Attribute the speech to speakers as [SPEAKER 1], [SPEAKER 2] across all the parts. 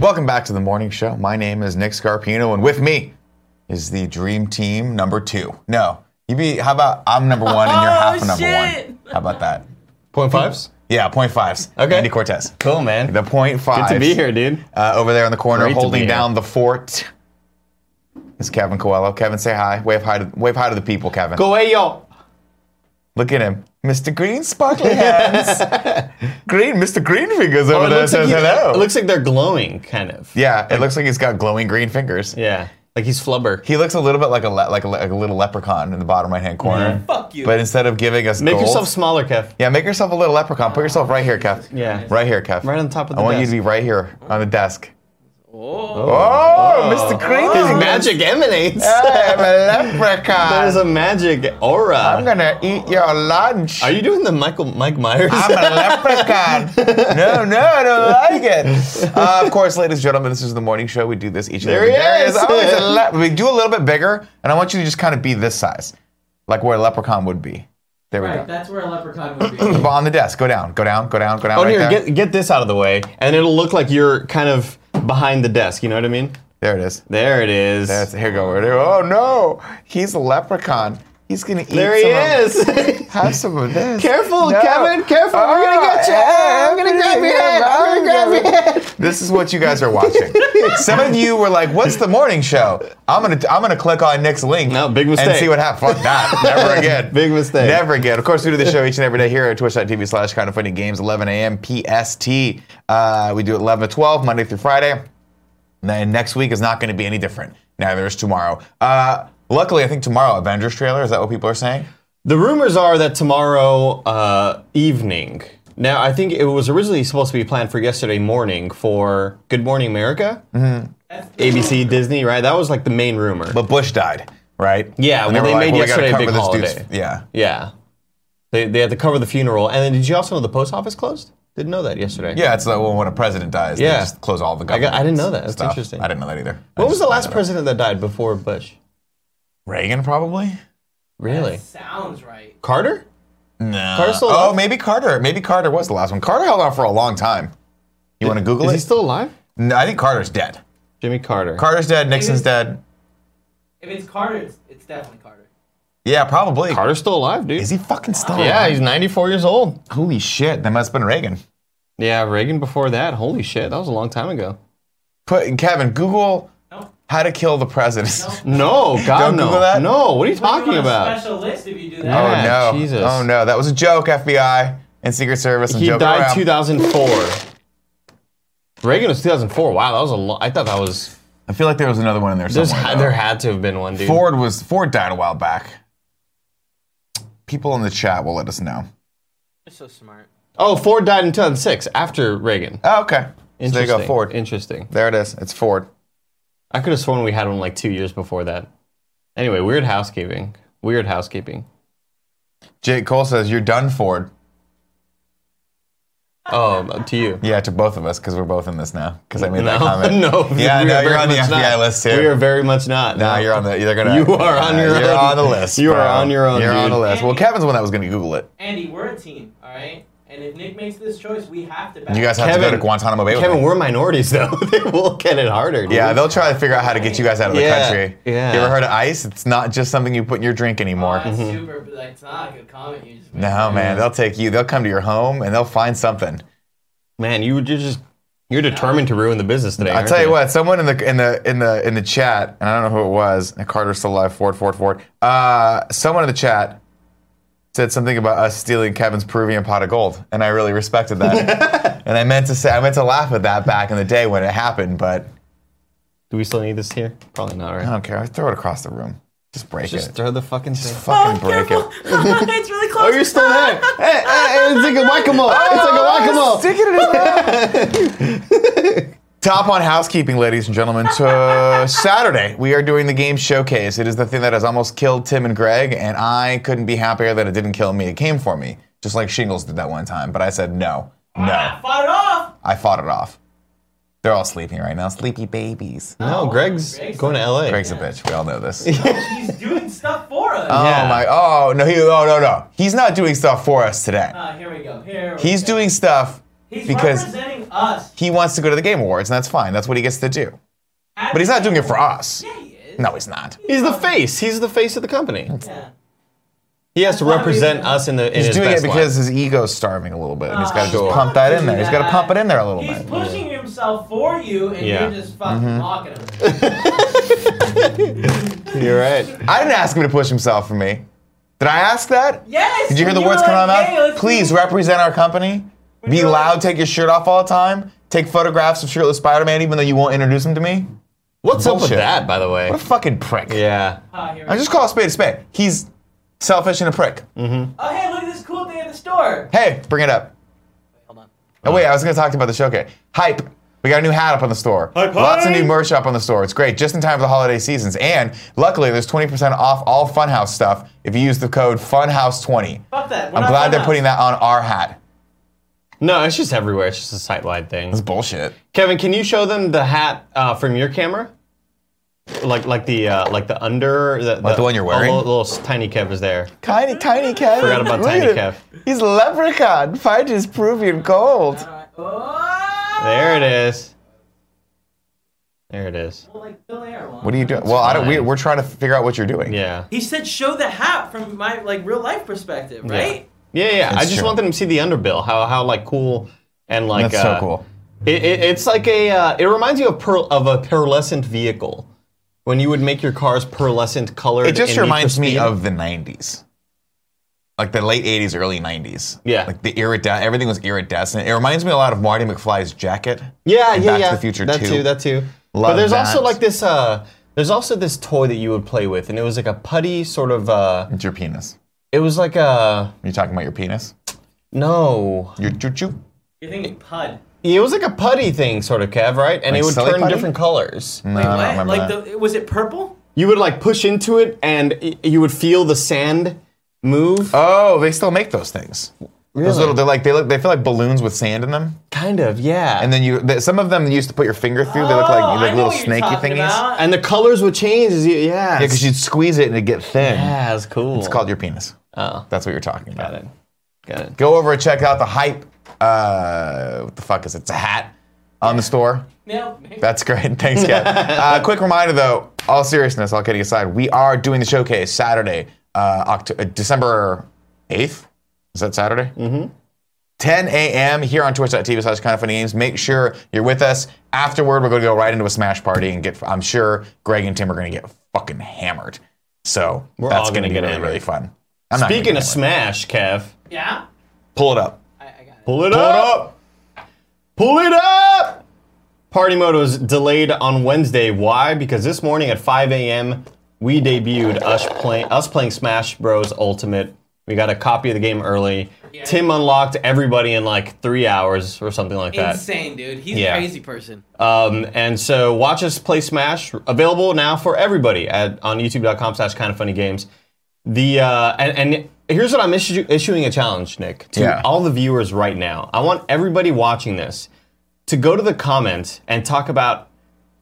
[SPEAKER 1] Welcome back to the morning show. My name is Nick Scarpino, and with me is the dream team number two. No, you be. How about I'm number one and you're half a number
[SPEAKER 2] shit.
[SPEAKER 1] one? How about that?
[SPEAKER 3] Point fives?
[SPEAKER 1] Yeah, point fives.
[SPEAKER 3] Okay.
[SPEAKER 1] Andy Cortez.
[SPEAKER 3] Cool, man.
[SPEAKER 1] The point
[SPEAKER 3] Good
[SPEAKER 1] fives.
[SPEAKER 3] to be here, dude.
[SPEAKER 1] Uh, over there in the corner,
[SPEAKER 3] Great to be
[SPEAKER 1] holding
[SPEAKER 3] here.
[SPEAKER 1] down the fort. Is Kevin Coelho. Kevin, say hi. Wave hi to wave hi to the people, Kevin.
[SPEAKER 3] Go away, yo.
[SPEAKER 1] Look at him, Mr. Green, sparkly hands. Green, Mr. Green fingers over
[SPEAKER 3] Oh, it,
[SPEAKER 1] there
[SPEAKER 3] looks like
[SPEAKER 1] Oh, says
[SPEAKER 3] he-
[SPEAKER 1] hello.
[SPEAKER 3] it looks like they're glowing, kind of.
[SPEAKER 1] yeah, it looks like he's got glowing green fingers.
[SPEAKER 3] Yeah. Like he's flubber.
[SPEAKER 1] He looks a little bit like a le- like a, le- like a little leprechaun in the bottom right hand corner.
[SPEAKER 2] Fuck you.
[SPEAKER 1] But instead of giving us
[SPEAKER 3] Make
[SPEAKER 1] gold-
[SPEAKER 3] yourself smaller, Kev.
[SPEAKER 1] yeah, make yourself a little leprechaun. Put yourself right here, Kev.
[SPEAKER 3] Yeah.
[SPEAKER 1] Right here, Kev.
[SPEAKER 3] Right on top of the
[SPEAKER 1] I want
[SPEAKER 3] desk.
[SPEAKER 1] you to be right here on the desk.
[SPEAKER 2] oh.
[SPEAKER 1] Oh, Mr. Green.
[SPEAKER 3] His magic emanates.
[SPEAKER 1] I'm a leprechaun.
[SPEAKER 3] There's a magic aura.
[SPEAKER 1] I'm gonna eat your lunch.
[SPEAKER 3] Are you doing the Michael Mike Myers?
[SPEAKER 1] I'm a leprechaun. No, no, I don't like it. Uh, of course, ladies and gentlemen, this is the morning show. We do this each and
[SPEAKER 3] There
[SPEAKER 1] every
[SPEAKER 3] he
[SPEAKER 1] day.
[SPEAKER 3] is.
[SPEAKER 1] It's always a le- we do a little bit bigger, and I want you to just kind of be this size, like where a leprechaun would be. There we go.
[SPEAKER 2] Right, that's where a leprechaun would be.
[SPEAKER 1] But on the desk, go down, go down, go down, go down.
[SPEAKER 3] oh,
[SPEAKER 1] right
[SPEAKER 3] here,
[SPEAKER 1] there.
[SPEAKER 3] get, get this out of the way, and it'll look like you're kind of behind the desk. You know what I mean?
[SPEAKER 1] there it is.
[SPEAKER 3] There it is.
[SPEAKER 1] That's, here we go. Right here. Oh no, he's a leprechaun. He's gonna eat.
[SPEAKER 3] there he
[SPEAKER 1] some of-
[SPEAKER 3] is.
[SPEAKER 1] Have some of this.
[SPEAKER 3] Careful, Kevin, careful, we're gonna
[SPEAKER 1] Ah,
[SPEAKER 3] get you. Ah, I'm gonna grab your head, I'm gonna grab your
[SPEAKER 1] head. This is what you guys are watching. Some of you were like, "What's the morning show?" I'm gonna I'm gonna click on Nick's link.
[SPEAKER 3] No, big
[SPEAKER 1] And
[SPEAKER 3] mistake.
[SPEAKER 1] see what happens. Fuck that. Never again.
[SPEAKER 3] Big mistake.
[SPEAKER 1] Never again. Of course, we do the show each and every day here at twitch.tv slash kind of funny games, 11 a.m. PST. Uh, we do it 11 to 12, Monday through Friday. And then next week is not going to be any different. Neither is tomorrow. Uh, luckily, I think tomorrow, Avengers trailer. Is that what people are saying?
[SPEAKER 3] The rumors are that tomorrow uh, evening. Now, I think it was originally supposed to be planned for yesterday morning for Good Morning America, ABC, Disney, right? That was like the main rumor.
[SPEAKER 1] Mm-hmm. But Bush died, right?
[SPEAKER 3] Yeah,
[SPEAKER 1] And
[SPEAKER 3] well,
[SPEAKER 1] were
[SPEAKER 3] they made
[SPEAKER 1] we gotta
[SPEAKER 3] yesterday a
[SPEAKER 1] cover
[SPEAKER 3] big
[SPEAKER 1] this dude's-
[SPEAKER 3] holiday.
[SPEAKER 1] Yeah.
[SPEAKER 3] yeah, they, they had to cover the funeral. And then, did you also know the post office closed? Didn't know that yesterday.
[SPEAKER 1] Yeah, it's like well, when a president dies, they
[SPEAKER 3] Yeah.
[SPEAKER 1] just close all the government.
[SPEAKER 3] I didn't know that. That's
[SPEAKER 1] stuff.
[SPEAKER 3] interesting.
[SPEAKER 1] I didn't know that either. I
[SPEAKER 3] What was
[SPEAKER 1] just
[SPEAKER 3] the
[SPEAKER 1] found
[SPEAKER 3] last
[SPEAKER 1] that out.
[SPEAKER 3] president that died before Bush?
[SPEAKER 1] Reagan, probably.
[SPEAKER 3] Really?
[SPEAKER 2] Sounds right.
[SPEAKER 3] Carter?
[SPEAKER 1] No.
[SPEAKER 3] Carter's still
[SPEAKER 1] oh,
[SPEAKER 3] alive?
[SPEAKER 1] maybe Carter. Maybe Carter was the last one. Carter held on for a long time. You want to Google
[SPEAKER 3] Is
[SPEAKER 1] it?
[SPEAKER 3] he still alive?
[SPEAKER 1] no, I think Carter's dead.
[SPEAKER 3] Jimmy Carter.
[SPEAKER 1] Carter's dead. Nixon's dead.
[SPEAKER 2] If it's Carter, it's, it's definitely Carter.
[SPEAKER 1] Yeah, probably.
[SPEAKER 3] Carter's still alive, dude.
[SPEAKER 1] Is he fucking still?
[SPEAKER 3] yeah,
[SPEAKER 1] alive?
[SPEAKER 3] he's 94 years old.
[SPEAKER 1] Holy shit! That must have been Reagan.
[SPEAKER 3] Yeah, Reagan before that. Holy shit, that was a long time ago.
[SPEAKER 1] Put Kevin Google
[SPEAKER 2] No.
[SPEAKER 1] how to kill the president.
[SPEAKER 2] No.
[SPEAKER 3] No, God,
[SPEAKER 1] Don't
[SPEAKER 3] no.
[SPEAKER 1] Google that.
[SPEAKER 3] No, what are you talking
[SPEAKER 2] Put him on A
[SPEAKER 3] about?
[SPEAKER 2] special list if you do
[SPEAKER 1] Oh
[SPEAKER 2] that.
[SPEAKER 3] Yeah,
[SPEAKER 1] no!
[SPEAKER 3] Jesus.
[SPEAKER 1] Oh no! That was a joke, FBI and Secret Service. And
[SPEAKER 3] He
[SPEAKER 1] joking
[SPEAKER 3] died
[SPEAKER 1] around.
[SPEAKER 3] 2004. Reagan was 2004. Wow, that was a lot. I thought that was.
[SPEAKER 1] I feel like there was another one in there
[SPEAKER 3] There's,
[SPEAKER 1] somewhere. though.
[SPEAKER 3] there had to have been one, dude.
[SPEAKER 1] Ford was Ford died a while back. People in the chat will let us know.
[SPEAKER 2] You're so smart.
[SPEAKER 3] Oh, Ford died in 2006 after Reagan.
[SPEAKER 1] Oh, okay. So there you go,
[SPEAKER 3] Interesting.
[SPEAKER 1] Ford.
[SPEAKER 3] Interesting.
[SPEAKER 1] there it is. It's Ford.
[SPEAKER 3] I could have sworn we had one like two years before that. Anyway, weird housekeeping. Weird housekeeping.
[SPEAKER 1] Jake Cole says, "You're done, Ford."
[SPEAKER 3] Oh, up to you.
[SPEAKER 1] Yeah, to both of us because we're both in this now. Because I made that
[SPEAKER 3] No,
[SPEAKER 1] comment.
[SPEAKER 3] no.
[SPEAKER 1] Yeah,
[SPEAKER 3] we
[SPEAKER 1] no,
[SPEAKER 3] are
[SPEAKER 1] you're
[SPEAKER 3] very
[SPEAKER 1] on the
[SPEAKER 3] much
[SPEAKER 1] FBI
[SPEAKER 3] not.
[SPEAKER 1] list too.
[SPEAKER 3] We are very much not.
[SPEAKER 1] Now you're on the. You're gonna.
[SPEAKER 3] You are on your
[SPEAKER 1] You're
[SPEAKER 3] own.
[SPEAKER 1] on the list.
[SPEAKER 3] You are
[SPEAKER 1] bro.
[SPEAKER 3] on your own,
[SPEAKER 1] You're on
[SPEAKER 3] dude.
[SPEAKER 1] the list. Well, Kevin's the one that was gonna Google it.
[SPEAKER 2] Andy, we're a team, all right? And if Nick makes this choice, we have to back
[SPEAKER 1] You guys have to go
[SPEAKER 3] Kevin-
[SPEAKER 1] to Guantanamo Bay. with
[SPEAKER 3] Kevin,
[SPEAKER 1] me.
[SPEAKER 3] we're minorities though. they will get it harder. Dude.
[SPEAKER 1] yeah, they'll try to figure out how to get you guys out of the
[SPEAKER 3] Yeah,
[SPEAKER 1] country.
[SPEAKER 3] yeah.
[SPEAKER 1] You ever heard of ICE? It's not just something you put in your drink anymore.
[SPEAKER 2] Oh, that's super, but that's not a good comment you just made.
[SPEAKER 1] Mm-hmm. No, man, they'll take you. They'll come to your home and they'll find something.
[SPEAKER 3] man, you you're just you're determined to ruin the business today.
[SPEAKER 1] I'll
[SPEAKER 3] aren't
[SPEAKER 1] tell you what. Someone in the in the in the in the chat, and I don't know who it was. and Carter's still alive. Ford, Ford, Ford. Uh, someone in the chat said something about us stealing Kevin's Peruvian pot of gold, and I really respected that. and I meant to say, I meant to laugh at that back in the day when it happened, but
[SPEAKER 3] Do we still need this here? Probably not, right?
[SPEAKER 1] I don't care. I throw it across the room. Just break
[SPEAKER 3] Just
[SPEAKER 1] it.
[SPEAKER 3] throw Oh, the fucking thing.
[SPEAKER 1] Fucking break it.
[SPEAKER 2] Oh, it's really
[SPEAKER 3] Oh,
[SPEAKER 2] close.
[SPEAKER 3] you're still there. Oh, hey, hey, hey, it's like a whack-a-mole. It's like a whack-a-mole.
[SPEAKER 1] Stick it in his mouth. Top on housekeeping, ladies and gentlemen. To Saturday, we are doing the game showcase. It is the thing that has almost killed Tim and Greg, and I couldn't be happier that it didn't kill me. It came for me, just like Shingles did that one time. But I said no, no.
[SPEAKER 2] Ah, fought it off.
[SPEAKER 1] I fought it off. They're all sleeping right now, sleepy babies.
[SPEAKER 3] No, Greg's
[SPEAKER 2] Oh, Greg's
[SPEAKER 3] going to LA.
[SPEAKER 1] Greg's a bitch. We all know this.
[SPEAKER 2] He's doing stuff for us.
[SPEAKER 1] Oh my! Oh no! He, oh no! No! He's not doing stuff for us today.
[SPEAKER 2] Ah, here we go. Here we
[SPEAKER 1] He's
[SPEAKER 2] go.
[SPEAKER 1] doing stuff
[SPEAKER 2] He's
[SPEAKER 1] Because-
[SPEAKER 2] representing us.
[SPEAKER 1] He wants to go to the Game Awards, and that's fine. That's what he gets to do. But he's not doing it for us.
[SPEAKER 2] Yeah, he is.
[SPEAKER 1] No, he's not.
[SPEAKER 3] He's the face. He's the face of the company.
[SPEAKER 2] Yeah.
[SPEAKER 3] He has to represent us in the. In
[SPEAKER 1] He's
[SPEAKER 3] his
[SPEAKER 1] doing it
[SPEAKER 3] best light.
[SPEAKER 1] because his ego's starving a little bit, and he's got to
[SPEAKER 2] Oh, Sure.
[SPEAKER 1] just pump that in
[SPEAKER 2] Do
[SPEAKER 1] there. He's got to
[SPEAKER 2] that.
[SPEAKER 1] pump it in there a little
[SPEAKER 2] He's
[SPEAKER 1] bit. Mm-hmm.
[SPEAKER 2] pushing himself for you, and
[SPEAKER 3] Yeah.
[SPEAKER 2] you're just fucking mocking him.
[SPEAKER 3] You're right.
[SPEAKER 1] I didn't ask him to push himself for me. Did I ask that?
[SPEAKER 2] Yes.
[SPEAKER 1] Did you hear
[SPEAKER 2] when
[SPEAKER 1] the words
[SPEAKER 2] were
[SPEAKER 1] coming out
[SPEAKER 2] like,
[SPEAKER 1] of
[SPEAKER 2] "Hey,
[SPEAKER 1] my mouth?
[SPEAKER 2] let's
[SPEAKER 1] Please
[SPEAKER 2] do-"
[SPEAKER 1] represent our company. Be
[SPEAKER 2] you're
[SPEAKER 1] loud.
[SPEAKER 2] like-
[SPEAKER 1] Take your shirt off all the time. Take photographs of shirtless Spider-Man, even though you won't introduce him to me.
[SPEAKER 3] What's up
[SPEAKER 1] Bullshit.
[SPEAKER 3] with that, by the way?
[SPEAKER 1] What a fucking prick.
[SPEAKER 3] Yeah.
[SPEAKER 2] Ah, here we
[SPEAKER 1] I just call a spade a spade. He's selfish and a prick.
[SPEAKER 2] go. Oh, hey, look at this cool thing at the store.
[SPEAKER 1] Hey, bring it up.
[SPEAKER 2] Hold on.
[SPEAKER 1] Oh wait, I was gonna talk to you about the showcase. Hype. We got a new hat up on the store.
[SPEAKER 3] Hype,
[SPEAKER 1] Lots of
[SPEAKER 3] hype.
[SPEAKER 1] new merch up on the store. It's great, just in time for the holiday seasons. And luckily, there's 20% off all Funhouse stuff if you use the code Funhouse20.
[SPEAKER 2] Fuck that. We're
[SPEAKER 1] I'm
[SPEAKER 2] not
[SPEAKER 1] glad
[SPEAKER 2] done
[SPEAKER 1] they're
[SPEAKER 2] now.
[SPEAKER 1] putting that on our hat.
[SPEAKER 3] No, it's just everywhere. It's just a sight-wide thing.
[SPEAKER 1] It's bullshit.
[SPEAKER 3] Kevin, can you show them the hat uh, from your camera? Like, like the uh, like the under the,
[SPEAKER 1] the one you're wearing?
[SPEAKER 3] Oh, little, little tiny Kev is there.
[SPEAKER 1] Tiny, tiny Kev.
[SPEAKER 3] Forgot about
[SPEAKER 1] Look
[SPEAKER 3] tiny
[SPEAKER 1] at
[SPEAKER 3] Kev.
[SPEAKER 1] him. He's a leprechaun. Fight is proven gold.
[SPEAKER 2] All right. Oh!
[SPEAKER 3] There it is. There it is.
[SPEAKER 2] Well, like, Bill Air one.
[SPEAKER 1] What are you doing? Well, I don't, we,
[SPEAKER 3] fine.
[SPEAKER 1] we're trying to figure out what you're doing.
[SPEAKER 3] Yeah.
[SPEAKER 2] He said, "Show the hat from my like real life perspective, right?"
[SPEAKER 3] Yeah, yeah. I
[SPEAKER 1] It's
[SPEAKER 3] just
[SPEAKER 1] true.
[SPEAKER 3] want them to see the underbill. How how like cool and like
[SPEAKER 1] That's
[SPEAKER 3] uh,
[SPEAKER 1] so cool.
[SPEAKER 3] It, it, it's like a. Uh, it reminds you of pearl, of a pearlescent vehicle, when you would make your cars pearlescent colored.
[SPEAKER 1] It just
[SPEAKER 3] in Need for
[SPEAKER 1] reminds me
[SPEAKER 3] Speed.
[SPEAKER 1] of the 90s. Like the late 80s, early 90s.
[SPEAKER 3] Yeah.
[SPEAKER 1] Like the iridescent, everything was iridescent. It reminds me a lot of Marty McFly's jacket.
[SPEAKER 3] Yeah,
[SPEAKER 1] in
[SPEAKER 3] yeah,
[SPEAKER 1] Back
[SPEAKER 3] yeah.
[SPEAKER 1] to the Future
[SPEAKER 3] that
[SPEAKER 1] 2.
[SPEAKER 3] too. That too. but
[SPEAKER 1] Love
[SPEAKER 3] there's
[SPEAKER 1] that.
[SPEAKER 3] also like this. Uh, there's also this toy that you would play with, and it was like a putty sort of. Uh,
[SPEAKER 1] It's your penis.
[SPEAKER 3] it was like a
[SPEAKER 1] You're talking about your penis?
[SPEAKER 3] no.
[SPEAKER 1] Your choo choo?
[SPEAKER 2] You're thinking pud.
[SPEAKER 3] It was like a putty thing, sort of, Kev, right? And
[SPEAKER 1] Like
[SPEAKER 3] it would
[SPEAKER 1] silly
[SPEAKER 3] turn
[SPEAKER 1] putty? Mm.
[SPEAKER 3] different colors.
[SPEAKER 1] No, I don't remember
[SPEAKER 2] like
[SPEAKER 1] that.
[SPEAKER 2] the was it purple?
[SPEAKER 3] You would like push into it, and y- you would feel the sand move.
[SPEAKER 1] oh, they still make those things. Those
[SPEAKER 3] Really?
[SPEAKER 1] little, they're like, they look, they feel like balloons with sand in them.
[SPEAKER 3] kind of, yeah.
[SPEAKER 1] And then you, th- some of them you used to put your finger through. They look
[SPEAKER 2] oh,
[SPEAKER 1] like,
[SPEAKER 2] I
[SPEAKER 1] like
[SPEAKER 2] know
[SPEAKER 1] little
[SPEAKER 2] what you're
[SPEAKER 1] snaky
[SPEAKER 2] talking
[SPEAKER 1] thingies.
[SPEAKER 2] about.
[SPEAKER 3] and the colors would change. As you, yeah.
[SPEAKER 1] Yeah, because you'd squeeze it and it'd get thin.
[SPEAKER 3] Yeah, it's cool.
[SPEAKER 1] It's called your penis.
[SPEAKER 3] Oh.
[SPEAKER 1] That's what you're talking about.
[SPEAKER 3] Got it. Got it.
[SPEAKER 1] Go over and check out the hype. Uh, what the fuck is it? It's a hat on the store.
[SPEAKER 2] No,
[SPEAKER 1] That's great. Thanks, Kev. uh, quick reminder, though, all seriousness, all kidding aside, we are doing the showcase Saturday, uh, Oct- uh, December 8th. Is that Saturday? Mm-hmm. 10 a.m. here on twitch.tv slash kind of funny games. Make sure you're with us. Afterward, we're going to go right into a smash party and get, I'm sure Greg and Tim are going to get fucking hammered. So
[SPEAKER 3] We're
[SPEAKER 1] that's
[SPEAKER 3] all
[SPEAKER 1] going
[SPEAKER 3] gonna
[SPEAKER 1] to be
[SPEAKER 3] get
[SPEAKER 1] really,
[SPEAKER 3] hammered.
[SPEAKER 1] really fun. I'm not gonna
[SPEAKER 3] Speaking
[SPEAKER 1] get hammered.
[SPEAKER 3] of Smash, Kev,
[SPEAKER 2] yeah,
[SPEAKER 1] pull it up.
[SPEAKER 2] I, I got it.
[SPEAKER 3] pull it
[SPEAKER 1] Pull
[SPEAKER 3] up.
[SPEAKER 1] it up.
[SPEAKER 3] Pull it up! Party mode was delayed on Wednesday. Why? Because this morning at 5 a.m., we debuted us, play, us playing Smash Bros. Ultimate. We got a copy of the game early. Tim unlocked everybody in like three hours or something like that.
[SPEAKER 2] Insane, dude. He's
[SPEAKER 3] Yeah.
[SPEAKER 2] a crazy person.
[SPEAKER 3] Um, and so watch us play Smash. Available now for everybody at on youtube.com slash kind of funny games. The uh, and, and here's what I'm issu- issuing a challenge, Nick, to
[SPEAKER 1] Yeah.
[SPEAKER 3] all the viewers right now. I want everybody watching this to go to the comments and talk about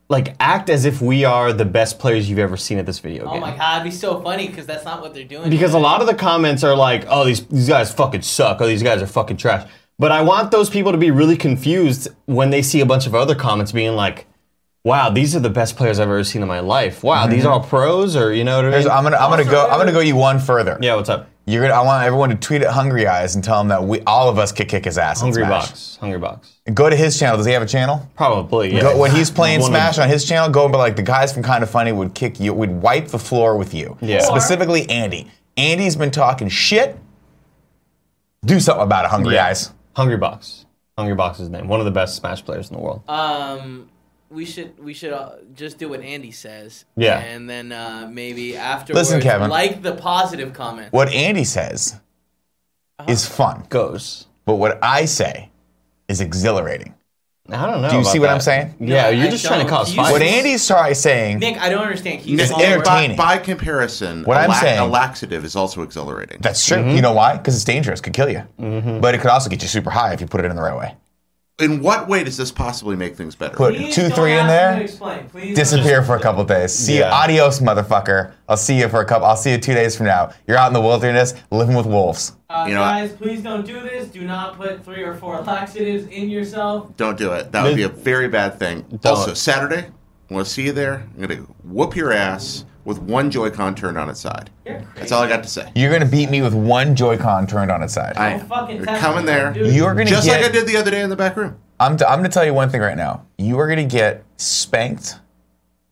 [SPEAKER 3] like act as if we are the best players you've ever seen at this video game.
[SPEAKER 2] Oh my god, it'd be so funny because that's not what they're doing.
[SPEAKER 3] Because a lot of the comments are like, "Oh, these these guys fucking suck. Oh, these guys are fucking trash." But I want those people to be really confused when they see a bunch of other comments being like, "Wow, these are the best players I've ever seen in my life. Wow, these are all pros, or you know what I mean?"
[SPEAKER 1] Here's- Mm-hmm. I'm gonna I'm gonna go I'm gonna go you one further.
[SPEAKER 3] yeah, what's up?
[SPEAKER 1] You're gonna I want everyone to tweet at Hungry Eyes and tell him that we all of us could kick his ass. in
[SPEAKER 3] Hungry
[SPEAKER 1] Smash.
[SPEAKER 3] box, hungry box.
[SPEAKER 1] Go to his channel. Does he have a channel?
[SPEAKER 3] Probably. Yeah.
[SPEAKER 1] Go, when he's playing
[SPEAKER 3] One of-
[SPEAKER 1] Smash on his channel, go and be like the guys from Kind of Funny would kick you, would wipe the floor with you.
[SPEAKER 3] Yeah. Or-
[SPEAKER 1] Specifically, Andy. Andy's been talking shit. Do something about it, Hungry
[SPEAKER 3] Yeah.
[SPEAKER 1] Eyes.
[SPEAKER 3] hungry box, hungry box is his name. One of the best Smash players in the world.
[SPEAKER 2] um, we should we should uh, just do what Andy says.
[SPEAKER 3] Yeah.
[SPEAKER 2] and then uh, maybe afterwards,
[SPEAKER 1] Listen, Kevin.
[SPEAKER 2] like the positive comments.
[SPEAKER 1] What Andy says is fun,
[SPEAKER 3] Goes.
[SPEAKER 1] but what I say is exhilarating.
[SPEAKER 3] I don't know.
[SPEAKER 1] Do you see
[SPEAKER 3] about
[SPEAKER 1] what I'm
[SPEAKER 3] that.
[SPEAKER 1] saying?
[SPEAKER 3] Yeah,
[SPEAKER 2] No,
[SPEAKER 3] you're
[SPEAKER 2] I
[SPEAKER 3] just trying to
[SPEAKER 2] don't.
[SPEAKER 3] cause
[SPEAKER 2] You-
[SPEAKER 3] fights.
[SPEAKER 1] What Andy's try saying,
[SPEAKER 2] Nick, I don't understand. He's
[SPEAKER 1] It's
[SPEAKER 2] all over-
[SPEAKER 1] entertaining.
[SPEAKER 4] By, by comparison,
[SPEAKER 1] What
[SPEAKER 4] a
[SPEAKER 1] I'm saying-
[SPEAKER 4] a laxative is also exhilarating. Mm-hmm.
[SPEAKER 1] that's true. You know why? Because it's dangerous, could kill you. But it could also get you super high if you put it in the right way.
[SPEAKER 4] in what way does this possibly make things better?
[SPEAKER 1] Put
[SPEAKER 2] Please
[SPEAKER 1] two,
[SPEAKER 2] don't
[SPEAKER 1] three in
[SPEAKER 2] ask me
[SPEAKER 1] there.
[SPEAKER 2] to Explain. Please
[SPEAKER 1] disappear for a couple days. See, you
[SPEAKER 3] Yeah.
[SPEAKER 1] adios, motherfucker. I'll see you for a couple. I'll see you two days from now. You're out in the wilderness living with wolves.
[SPEAKER 2] Uh,
[SPEAKER 4] You know,
[SPEAKER 2] guys, please don't do this. Do not put three or four laxatives in yourself.
[SPEAKER 4] Don't do it. That would be a very bad thing. Also, Saturday, I'm going to see you there. I'm going to whoop your ass with one Joy-Con turned on its side.
[SPEAKER 2] You're crazy.
[SPEAKER 4] That's all I got to say.
[SPEAKER 1] You're gonna beat me with one Joy-Con turned on its side.
[SPEAKER 4] I,
[SPEAKER 2] Don't fucking
[SPEAKER 4] you're
[SPEAKER 2] test
[SPEAKER 4] coming
[SPEAKER 2] me,
[SPEAKER 4] there.
[SPEAKER 2] dude.
[SPEAKER 1] You're gonna
[SPEAKER 4] Just
[SPEAKER 1] get.
[SPEAKER 4] like I did the other day in the back room.
[SPEAKER 1] I'm, t- I'm gonna tell you one thing right now. You are gonna get spanked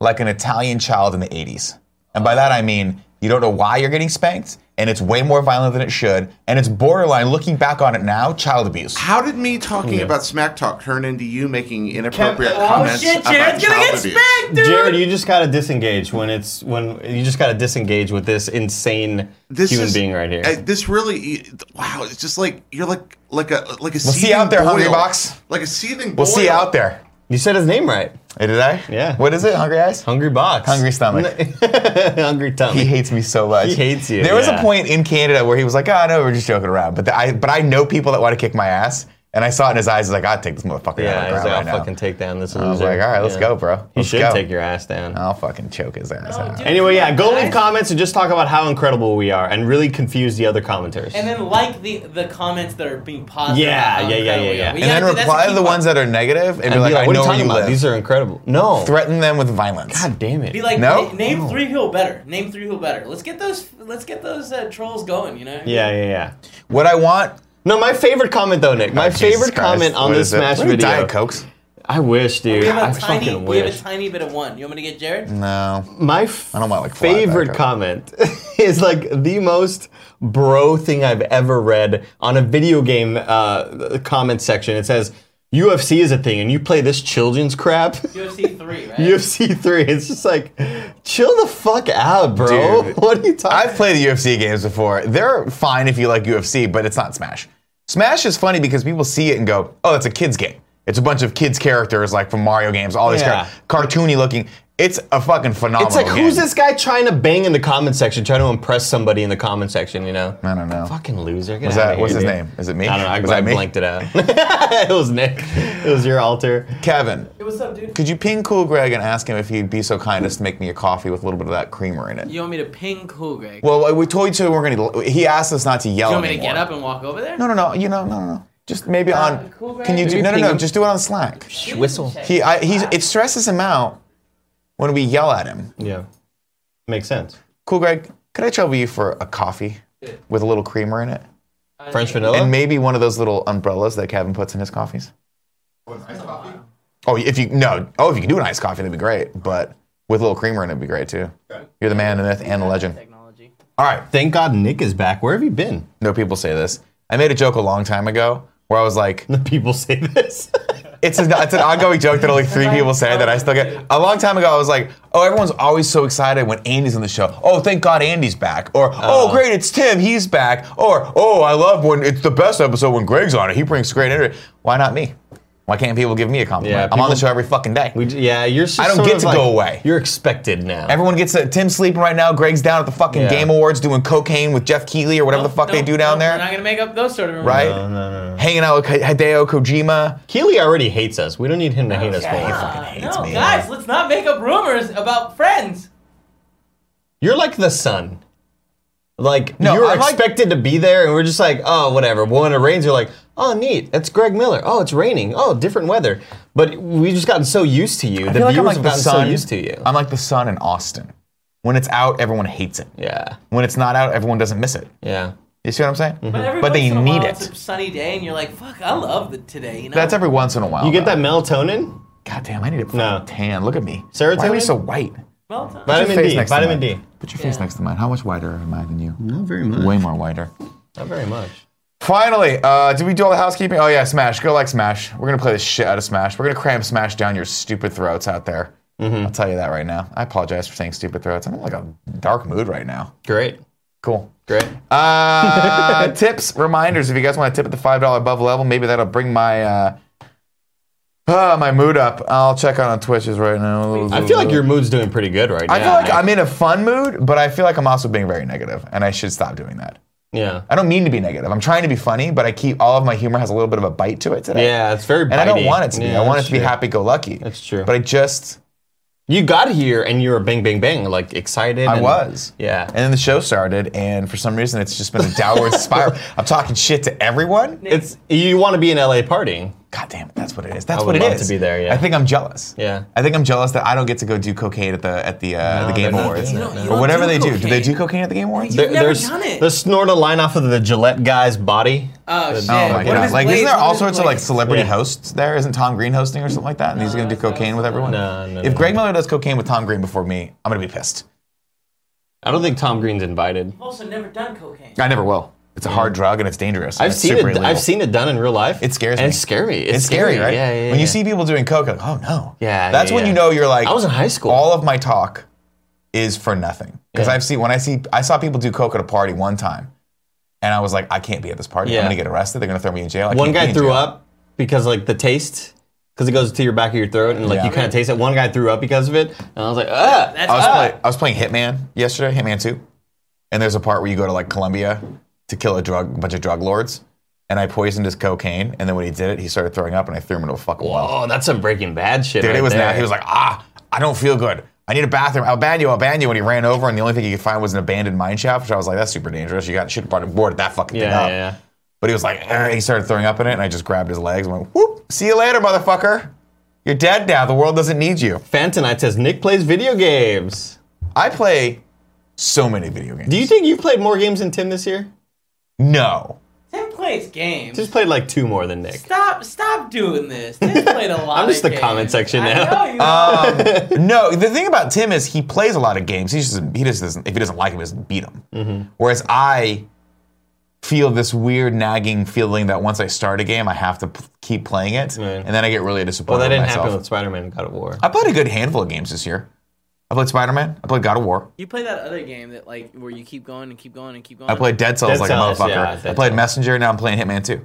[SPEAKER 1] like an Italian child in the 80s, and by that I mean you don't know why you're getting spanked, and it's way more violent than it should, and it's borderline. Looking back on it now, child abuse.
[SPEAKER 4] How did me talking
[SPEAKER 3] Yeah.
[SPEAKER 4] about smack talk turn into you making inappropriate
[SPEAKER 3] Kev- oh,
[SPEAKER 2] Oh
[SPEAKER 4] comments
[SPEAKER 2] shit,
[SPEAKER 4] about
[SPEAKER 2] Jared's gonna
[SPEAKER 4] child
[SPEAKER 2] get
[SPEAKER 4] abuse?
[SPEAKER 2] spanked, dude.
[SPEAKER 3] Jared, you just gotta disengage when it's when you just gotta disengage with this insane human
[SPEAKER 4] is-
[SPEAKER 3] being right here.
[SPEAKER 4] I- this really, e, wow! It's just like you're like like a like a. We'll
[SPEAKER 1] see you out there, Hungry Box.
[SPEAKER 4] Like a seething.
[SPEAKER 1] We'll see you out there.
[SPEAKER 3] you said his name right.
[SPEAKER 1] Hey, did I?
[SPEAKER 3] Yeah.
[SPEAKER 1] What is it? Hungry eyes.
[SPEAKER 3] Hungry box.
[SPEAKER 1] Hungry stomach.
[SPEAKER 3] Hungry tummy.
[SPEAKER 1] He hates me so much.
[SPEAKER 3] He hates you,
[SPEAKER 1] There was a
[SPEAKER 3] yeah.
[SPEAKER 1] point in Canada where he was like, "Ah, no, we're just joking around." But the, I, but I know people that want to kick my ass, and I saw it in his eyes. Like, I'd take this motherfucker
[SPEAKER 3] yeah,
[SPEAKER 1] out
[SPEAKER 3] he's
[SPEAKER 1] of the ground
[SPEAKER 3] like, I'll
[SPEAKER 1] right now.
[SPEAKER 3] fucking take down this loser.
[SPEAKER 1] I was like, "All right, let's
[SPEAKER 3] Yeah.
[SPEAKER 1] go, bro."
[SPEAKER 3] You
[SPEAKER 1] Let's
[SPEAKER 3] should
[SPEAKER 1] go. Oh.
[SPEAKER 3] take your ass down.
[SPEAKER 1] I'll fucking choke his ass
[SPEAKER 2] No,
[SPEAKER 1] out.
[SPEAKER 2] Oh, dude.
[SPEAKER 3] Anyway, yeah, go leave
[SPEAKER 2] Guys.
[SPEAKER 3] comments and just talk about how incredible we are and really confuse the other commenters.
[SPEAKER 2] And then like the the comments that are being positive.
[SPEAKER 3] Yeah,
[SPEAKER 2] about how
[SPEAKER 3] yeah, yeah,
[SPEAKER 2] incredible we
[SPEAKER 3] yeah,
[SPEAKER 2] are.
[SPEAKER 3] yeah.
[SPEAKER 2] We
[SPEAKER 1] And
[SPEAKER 3] And
[SPEAKER 2] gotta
[SPEAKER 1] then
[SPEAKER 2] do- that's a
[SPEAKER 1] reply to
[SPEAKER 2] key
[SPEAKER 1] the
[SPEAKER 2] part.
[SPEAKER 1] ones that are negative, and, be like, "I
[SPEAKER 3] what
[SPEAKER 1] know
[SPEAKER 3] are you
[SPEAKER 1] where
[SPEAKER 3] talking
[SPEAKER 1] you
[SPEAKER 3] about?
[SPEAKER 1] live."
[SPEAKER 3] These are incredible. No.
[SPEAKER 1] Threaten them with violence.
[SPEAKER 3] God damn it.
[SPEAKER 2] Be like,
[SPEAKER 1] No?
[SPEAKER 2] "Na- name three who better. Name three who better. Let's get those. Let's get those uh, trolls going. You know.
[SPEAKER 3] yeah, yeah, yeah.
[SPEAKER 1] What I want.
[SPEAKER 3] No, my favorite comment though, Nick. My
[SPEAKER 1] Oh, Jesus
[SPEAKER 3] favorite
[SPEAKER 1] Christ.
[SPEAKER 3] comment on
[SPEAKER 1] What
[SPEAKER 3] this
[SPEAKER 1] is it?
[SPEAKER 3] Smash
[SPEAKER 1] What are
[SPEAKER 3] video.
[SPEAKER 1] Diet Cokes.
[SPEAKER 3] I wish, dude.
[SPEAKER 2] We
[SPEAKER 3] I
[SPEAKER 2] have a tiny.
[SPEAKER 3] fucking
[SPEAKER 2] We have a
[SPEAKER 3] wish.
[SPEAKER 2] tiny bit of one. You want me to get Jared?
[SPEAKER 1] Mm. No.
[SPEAKER 3] My f-
[SPEAKER 1] don't want, like, fly
[SPEAKER 3] favorite
[SPEAKER 1] back up.
[SPEAKER 3] comment is like the most bro thing I've ever read on a video game uh, comment section. It says UFC is a thing, and you play this children's crap.
[SPEAKER 2] UFC three, right?
[SPEAKER 3] UFC three. It's just like, chill the fuck out, bro.
[SPEAKER 1] Dude.
[SPEAKER 3] what are you talking?
[SPEAKER 1] I've played the UFC games before. They're fine if you like UFC, but it's not Smash. Smash is funny because people see it and go, "Oh, it's a kids game. It's a bunch of kids characters like from Mario games, all these
[SPEAKER 3] Yeah.
[SPEAKER 1] car- cartoony looking. It's a fucking phenomenal.
[SPEAKER 3] It's like,
[SPEAKER 1] game.
[SPEAKER 3] who's this guy trying to bang in the comment section, trying to impress somebody in the comment section, you know?
[SPEAKER 1] I don't know.
[SPEAKER 3] Fucking loser. Get
[SPEAKER 1] Is
[SPEAKER 3] outta
[SPEAKER 1] that-
[SPEAKER 3] here,
[SPEAKER 1] what's his
[SPEAKER 3] dude.
[SPEAKER 1] name? Is it me?
[SPEAKER 3] I don't know. I,
[SPEAKER 1] Was that
[SPEAKER 3] I
[SPEAKER 1] me?
[SPEAKER 3] blanked it out. it was Nick. It was your altar.
[SPEAKER 1] Kevin,
[SPEAKER 2] Hey, what's up, dude?
[SPEAKER 1] could you ping Cool Greg and ask him if he'd be so kind as to make me a coffee with a little bit of that creamer in it?
[SPEAKER 2] You want me to ping Cool Greg?
[SPEAKER 1] Well, we told you we weren't going to. He asked us not to yell.
[SPEAKER 2] you want me to
[SPEAKER 1] anymore.
[SPEAKER 2] get up and walk over there?
[SPEAKER 1] No, no, no. You know, no, no, no. Just maybe on.
[SPEAKER 2] Cool Greg?
[SPEAKER 1] can you do?
[SPEAKER 3] Maybe
[SPEAKER 1] No, no,
[SPEAKER 3] ping
[SPEAKER 1] no.
[SPEAKER 3] him.
[SPEAKER 1] Just do it on Slack.
[SPEAKER 2] Dude,
[SPEAKER 3] Whistle.
[SPEAKER 2] check.
[SPEAKER 1] He, I,
[SPEAKER 2] Ah.
[SPEAKER 1] he's, it stresses him out when we yell at him.
[SPEAKER 3] Yeah. Makes sense.
[SPEAKER 1] Cool, Greg. Could I trouble you for a coffee with a little creamer in it,
[SPEAKER 2] I
[SPEAKER 3] French
[SPEAKER 2] think-
[SPEAKER 3] vanilla?
[SPEAKER 1] and maybe one of those little umbrellas that Kevin puts in his coffees? Oh, if you no. Oh, if you can do an iced coffee, that'd be great. But with a little creamer in it, would be great too. You're the man, the myth, and the legend.
[SPEAKER 2] Technology.
[SPEAKER 1] All right.
[SPEAKER 3] Thank God Nick is back. Where have you been?
[SPEAKER 1] No people say this. I made a joke a long time ago where I was like,
[SPEAKER 3] The people say this.
[SPEAKER 1] it's, a, it's an ongoing joke that only three people say that I still get. A long time ago, I was like, oh, everyone's always so excited when Andy's on the show. Oh, thank God Andy's back. Or, oh, great, it's Tim, he's back. Or, oh, I love when it's the best episode when Greg's on it. He brings great energy. Why not me? Why can't people give me a compliment?
[SPEAKER 3] Yeah,
[SPEAKER 1] I'm on the
[SPEAKER 3] people-
[SPEAKER 1] show every fucking day.
[SPEAKER 3] We, j- yeah, you're.
[SPEAKER 1] I don't get to go away.
[SPEAKER 3] You're expected now.
[SPEAKER 1] Everyone gets a, Tim's sleeping right now. Greg's down at the fucking
[SPEAKER 3] Yeah.
[SPEAKER 1] Game Awards doing cocaine with Jeff Keighley or whatever the fuck
[SPEAKER 2] No,
[SPEAKER 1] they do down
[SPEAKER 2] no,
[SPEAKER 1] there.
[SPEAKER 2] We're not gonna make up those sort of rumors.
[SPEAKER 1] right?
[SPEAKER 3] no, no, no.
[SPEAKER 1] Hanging out with Hideo Kojima.
[SPEAKER 3] Keely already hates us. We don't need him to hate us
[SPEAKER 1] he
[SPEAKER 3] more.
[SPEAKER 1] Oh, fucking hates
[SPEAKER 2] no,
[SPEAKER 1] me.
[SPEAKER 2] guys, let's not make up rumors about friends.
[SPEAKER 3] You're like the sun. Like
[SPEAKER 1] No,
[SPEAKER 3] you're
[SPEAKER 1] I'm like-
[SPEAKER 3] expected to be there, and we're just like, oh, whatever. Well, when it rains, you're like, oh, neat. That's Greg Miller. Oh, it's raining. Oh, different weather. But we've just gotten so used to you.
[SPEAKER 1] I
[SPEAKER 3] The
[SPEAKER 1] feel like I'm
[SPEAKER 3] viewers
[SPEAKER 1] like
[SPEAKER 3] have
[SPEAKER 1] the
[SPEAKER 3] gotten so
[SPEAKER 1] sun. Uh,
[SPEAKER 3] used to you.
[SPEAKER 1] I'm like the sun in Austin. When it's out, everyone hates it.
[SPEAKER 3] yeah,
[SPEAKER 1] When it's not out, everyone doesn't miss it.
[SPEAKER 3] yeah.
[SPEAKER 1] You see what I'm saying?
[SPEAKER 3] Mm-hmm.
[SPEAKER 2] But, every
[SPEAKER 1] But they
[SPEAKER 2] once in a
[SPEAKER 1] need
[SPEAKER 2] while,
[SPEAKER 1] it.
[SPEAKER 2] It's a sunny day, and you're like, "Fuck, I love the today." You know.
[SPEAKER 1] That's every once in a while.
[SPEAKER 3] You get
[SPEAKER 1] though.
[SPEAKER 3] that melatonin,
[SPEAKER 1] God damn, I need a
[SPEAKER 3] No.
[SPEAKER 1] no. tan. Look at me. Why are we
[SPEAKER 3] Serotonin?
[SPEAKER 1] so white?
[SPEAKER 2] Well done.
[SPEAKER 1] Put your
[SPEAKER 3] vitamin
[SPEAKER 1] face
[SPEAKER 3] D,
[SPEAKER 1] next to
[SPEAKER 3] vitamin
[SPEAKER 1] mine.
[SPEAKER 3] D.
[SPEAKER 1] Put your face
[SPEAKER 2] Yeah.
[SPEAKER 1] next to mine. How much whiter am I than you?
[SPEAKER 3] Not very much.
[SPEAKER 1] Way more whiter.
[SPEAKER 3] Not very much.
[SPEAKER 1] Finally, uh, did we do all the housekeeping? Oh yeah, Smash. Go like Smash. We're gonna play the shit out of Smash. We're gonna cram Smash down your stupid throats out there.
[SPEAKER 3] Mm-hmm.
[SPEAKER 1] I'll tell you that right now. I apologize for saying stupid throats. I'm in like a dark mood right now.
[SPEAKER 3] Great,
[SPEAKER 1] Cool.
[SPEAKER 3] great.
[SPEAKER 1] Uh, tips, reminders. If you guys want to tip at the five dollar above level, maybe that'll bring my uh, uh, my mood up. I'll check out on Twitches right now.
[SPEAKER 3] I feel like your mood's doing pretty good right now.
[SPEAKER 1] I feel like
[SPEAKER 3] Nick.
[SPEAKER 1] I'm in a fun mood, but I feel like I'm also being very negative, and I should stop doing that.
[SPEAKER 3] Yeah.
[SPEAKER 1] I don't mean to be negative. I'm trying to be funny, but I keep all of my humor has a little bit of a bite to it today.
[SPEAKER 3] Yeah, it's very.
[SPEAKER 1] And I don't
[SPEAKER 3] bitey.
[SPEAKER 1] want it to be.
[SPEAKER 3] Yeah,
[SPEAKER 1] I want it
[SPEAKER 3] that's
[SPEAKER 1] to be
[SPEAKER 3] true.
[SPEAKER 1] happy go lucky.
[SPEAKER 3] That's true.
[SPEAKER 1] But I just
[SPEAKER 3] You got here and you were bang, bang, bang, like excited.
[SPEAKER 1] I
[SPEAKER 3] and-
[SPEAKER 1] was.
[SPEAKER 3] Yeah.
[SPEAKER 1] And then the show started, and for some reason, it's just been a downward spiral. I'm talking shit to everyone.
[SPEAKER 3] it's you want to be in LA partying.
[SPEAKER 1] God damn it, that's what it is. That's
[SPEAKER 3] I
[SPEAKER 1] what
[SPEAKER 3] would
[SPEAKER 1] it is.
[SPEAKER 3] love to be there, yeah.
[SPEAKER 1] I think I'm jealous.
[SPEAKER 3] Yeah.
[SPEAKER 1] I think I'm jealous that I don't get to go do cocaine at the at the uh,
[SPEAKER 3] No,
[SPEAKER 1] the Game
[SPEAKER 3] they're not
[SPEAKER 1] Awards
[SPEAKER 3] doing
[SPEAKER 2] that, no. You
[SPEAKER 1] or
[SPEAKER 2] don't
[SPEAKER 1] whatever
[SPEAKER 2] do
[SPEAKER 1] they do. Do they
[SPEAKER 2] cocaine.
[SPEAKER 1] do cocaine at the Game Awards?
[SPEAKER 2] You've never
[SPEAKER 3] there's,
[SPEAKER 2] done it.
[SPEAKER 3] They're snorting a line off of the Gillette guy's body.
[SPEAKER 2] Oh, shit.
[SPEAKER 1] Oh my
[SPEAKER 2] What if
[SPEAKER 1] god!
[SPEAKER 2] it's
[SPEAKER 1] Like,
[SPEAKER 2] Blaze?
[SPEAKER 1] isn't there
[SPEAKER 2] What
[SPEAKER 1] all
[SPEAKER 2] if
[SPEAKER 1] sorts
[SPEAKER 2] it's
[SPEAKER 1] of like
[SPEAKER 2] Blaze?
[SPEAKER 1] celebrity
[SPEAKER 3] Yeah.
[SPEAKER 1] hosts there? Isn't Tom Green hosting or something like that? And he's
[SPEAKER 2] No,
[SPEAKER 1] gonna do
[SPEAKER 2] that's not
[SPEAKER 1] cocaine with
[SPEAKER 2] what-
[SPEAKER 1] everyone.
[SPEAKER 3] No, no,
[SPEAKER 1] if
[SPEAKER 3] no,
[SPEAKER 1] Greg
[SPEAKER 3] no.
[SPEAKER 1] Miller does cocaine with Tom Green before me, I'm gonna be pissed.
[SPEAKER 3] I don't think Tom Green's invited.
[SPEAKER 2] I've also never done cocaine.
[SPEAKER 1] I never will. It's a hard drug and it's dangerous. and
[SPEAKER 3] Mm. I've
[SPEAKER 1] it's
[SPEAKER 3] seen it.
[SPEAKER 1] super illegal.
[SPEAKER 3] I've seen it done in real life.
[SPEAKER 1] It scares
[SPEAKER 3] and
[SPEAKER 1] me.
[SPEAKER 3] It's scary.
[SPEAKER 1] It's, scary, right?
[SPEAKER 3] Yeah, yeah.
[SPEAKER 1] When
[SPEAKER 3] yeah.
[SPEAKER 1] you see people doing coke, you're like, oh no.
[SPEAKER 3] Yeah,
[SPEAKER 1] That's
[SPEAKER 3] yeah,
[SPEAKER 1] when
[SPEAKER 3] yeah.
[SPEAKER 1] you know you're like.
[SPEAKER 3] I was in high school.
[SPEAKER 1] All of my talk is for nothing because
[SPEAKER 3] Yeah.
[SPEAKER 1] I've seen when I see I saw people do coke at a party one time, and I was like, I can't be at this party. I'm
[SPEAKER 3] Yeah.
[SPEAKER 1] gonna get arrested. They're gonna throw me in jail. I
[SPEAKER 3] One
[SPEAKER 1] can't be
[SPEAKER 3] guy
[SPEAKER 1] in
[SPEAKER 3] threw
[SPEAKER 1] jail."
[SPEAKER 3] up because like the taste, because it goes to your back of your throat and like
[SPEAKER 1] Yeah.
[SPEAKER 3] you kind of taste it. One guy threw up because of it, and I was like, ah.
[SPEAKER 2] That's
[SPEAKER 1] I was,
[SPEAKER 2] ah,
[SPEAKER 1] play, I was playing Hitman yesterday, Hitman 2. And there's a part where you go to like Colombia to kill a drug, a bunch of drug lords. And I poisoned his cocaine. And then when he did it, he started throwing up and I threw him into a fucking well.
[SPEAKER 3] Oh, that's some Breaking Bad shit.
[SPEAKER 1] Dude,
[SPEAKER 3] right
[SPEAKER 1] it was
[SPEAKER 3] there.
[SPEAKER 1] that. He was like, ah, I don't feel good. I need a bathroom. I'll ban you. I'll ban you. And he ran over, and the only thing he could find was an abandoned mine shaft, which I was like, that's super dangerous. You got shit boarded boarded that fucking
[SPEAKER 3] yeah,
[SPEAKER 1] thing up.
[SPEAKER 3] yeah, yeah.
[SPEAKER 1] But he was like, "Ugh," he started throwing up in it, and I just grabbed his legs and went, whoop, see you later, motherfucker. You're dead now. The world doesn't need you.
[SPEAKER 3] Fantonite says Nick plays video games.
[SPEAKER 1] I play so many video games.
[SPEAKER 3] Do you think you've played more games than Tim this year?
[SPEAKER 1] no.
[SPEAKER 2] Tim plays games.
[SPEAKER 3] Just played like two more than Nick.
[SPEAKER 2] Stop! Stop doing this. Tim played a lot.
[SPEAKER 3] I'm just
[SPEAKER 2] of
[SPEAKER 3] the comment
[SPEAKER 2] games.
[SPEAKER 3] section
[SPEAKER 2] I
[SPEAKER 3] now. Uh,
[SPEAKER 2] know you are.
[SPEAKER 1] No, the thing about Tim is he plays a lot of games. He just doesn't- he just doesn't if he doesn't like him, he doesn't beat him.
[SPEAKER 3] Mm-hmm.
[SPEAKER 1] Whereas I feel this weird nagging feeling that once I start a game, I have to p- keep playing it,
[SPEAKER 3] Right.
[SPEAKER 1] and then I get really disappointed.
[SPEAKER 3] Well, that
[SPEAKER 1] with
[SPEAKER 3] didn't
[SPEAKER 1] myself.
[SPEAKER 3] happen with Spider-Man and God of War.
[SPEAKER 1] I played a good handful of games this year. I played Spider Man. I played God of War.
[SPEAKER 2] You play that other game that like where you keep going and keep going and keep going.
[SPEAKER 1] I played Dead Cells
[SPEAKER 3] Dead
[SPEAKER 1] like
[SPEAKER 3] Cells,
[SPEAKER 1] a motherfucker.
[SPEAKER 3] yeah,
[SPEAKER 1] I
[SPEAKER 3] Dead
[SPEAKER 1] played
[SPEAKER 3] Cells.
[SPEAKER 1] Messenger. Now I'm playing Hitman 2.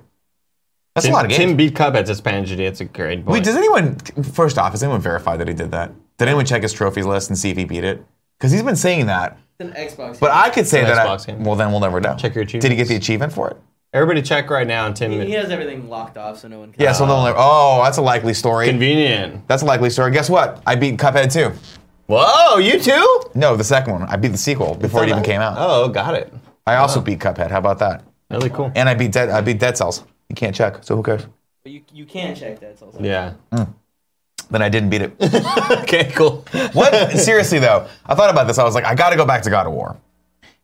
[SPEAKER 1] That's
[SPEAKER 3] Tim,
[SPEAKER 1] a lot of games.
[SPEAKER 3] Tim beat Cuphead's Hispanic. It's a great point.
[SPEAKER 1] Wait, does anyone? First off, has anyone verified that he did that? Did anyone check his trophies list and see if he beat it? Because he's been saying that.
[SPEAKER 2] It's an Xbox.
[SPEAKER 1] But I could say
[SPEAKER 3] It's an
[SPEAKER 1] that. I,
[SPEAKER 3] Xbox game.
[SPEAKER 1] well, then we'll never know.
[SPEAKER 3] Check your
[SPEAKER 1] Did he get the
[SPEAKER 3] achievements.
[SPEAKER 1] achievement for it?
[SPEAKER 3] Everybody check right now, and Tim.
[SPEAKER 2] he has everything locked off, so no one. Can
[SPEAKER 1] Yeah. so they'll
[SPEAKER 3] Uh,
[SPEAKER 1] never. Oh, that's a likely story.
[SPEAKER 3] Convenient.
[SPEAKER 1] that's a likely story. Guess what? I beat Cuphead too.
[SPEAKER 3] Whoa, you too?
[SPEAKER 1] No, the second one. I beat the sequel before it even came out.
[SPEAKER 3] Oh, got it.
[SPEAKER 1] I also beat Cuphead. How about that?
[SPEAKER 3] Really cool.
[SPEAKER 1] And I beat Dead. I beat Dead Cells. You can't check. So who cares?
[SPEAKER 2] But you you can check that. It's also.
[SPEAKER 3] Yeah.
[SPEAKER 1] Mm. Then I didn't beat it.
[SPEAKER 3] Okay, cool. Oh,
[SPEAKER 1] what? Seriously though, I thought about this. I was like, I got to go back to God of War,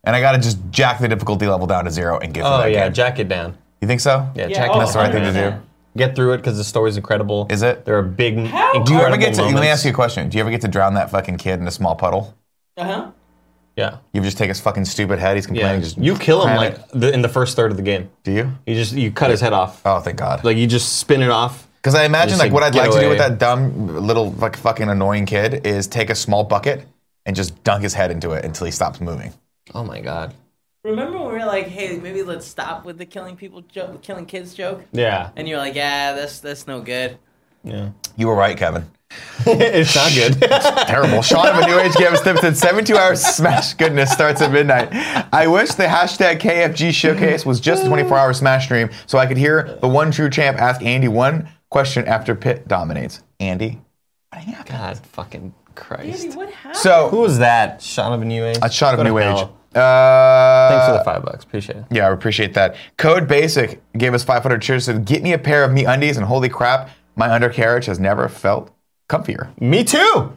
[SPEAKER 1] and I got to just jack the difficulty level down to zero and get through
[SPEAKER 3] Oh
[SPEAKER 1] that
[SPEAKER 3] yeah,
[SPEAKER 1] game.
[SPEAKER 3] jack it down.
[SPEAKER 1] you think so?
[SPEAKER 3] Yeah,
[SPEAKER 2] Yeah,
[SPEAKER 3] jack
[SPEAKER 2] oh,
[SPEAKER 3] it
[SPEAKER 1] That's the right thing to do.
[SPEAKER 2] 100%.
[SPEAKER 3] Get through it because the story's incredible.
[SPEAKER 1] Is it?
[SPEAKER 3] There are big,
[SPEAKER 2] How-
[SPEAKER 3] incredible
[SPEAKER 1] Do you ever get to?
[SPEAKER 3] moments.
[SPEAKER 1] Let me ask you a question. Do you ever get to drown that fucking kid in a small puddle?
[SPEAKER 2] Uh huh.
[SPEAKER 3] Yeah.
[SPEAKER 1] You just take his fucking stupid head. He's
[SPEAKER 3] Yeah.
[SPEAKER 1] complaining. Just
[SPEAKER 3] you kill him
[SPEAKER 1] cram
[SPEAKER 3] like
[SPEAKER 1] it.
[SPEAKER 3] the, in the first third of the game.
[SPEAKER 1] Do you?
[SPEAKER 3] You just you cut his head off.
[SPEAKER 1] Oh, thank God.
[SPEAKER 3] Like you just spin it off.
[SPEAKER 1] Because I imagine
[SPEAKER 3] Just
[SPEAKER 1] like
[SPEAKER 3] like,
[SPEAKER 1] what I'd
[SPEAKER 3] get
[SPEAKER 1] like to do with
[SPEAKER 3] away.
[SPEAKER 1] that dumb little like fucking annoying kid is take a small bucket and just dunk his head into it until he stops moving.
[SPEAKER 3] Oh my god.
[SPEAKER 2] Remember when we were like, hey, maybe let's stop with the killing people joke, killing kids joke,
[SPEAKER 3] Yeah.
[SPEAKER 2] and you're like, yeah, that's that's no good.
[SPEAKER 3] Yeah.
[SPEAKER 1] You were right, Kevin.
[SPEAKER 3] it's not good.
[SPEAKER 1] Terrible. Sean of a New Age Kevin Stimson. 72 hours smash goodness starts at midnight. I wish the hashtag KFG showcase was just a 24 hour smash stream so I could hear the one true champ ask Andy one question after Pitt dominates. Andy, what do you have?
[SPEAKER 3] god fucking Christ.
[SPEAKER 2] Andy, what happened?
[SPEAKER 1] So
[SPEAKER 3] Who was that? Shot of a new age.
[SPEAKER 1] A shot
[SPEAKER 3] Go
[SPEAKER 1] of
[SPEAKER 3] to
[SPEAKER 1] new age.
[SPEAKER 3] hell.
[SPEAKER 1] Uh,
[SPEAKER 3] Thanks for the five bucks. Appreciate it.
[SPEAKER 1] Yeah, I appreciate that. Code Basic gave us 500 cheers. Said, "Get me a pair of me undies," and holy crap, my undercarriage has never felt comfier.
[SPEAKER 3] Me too.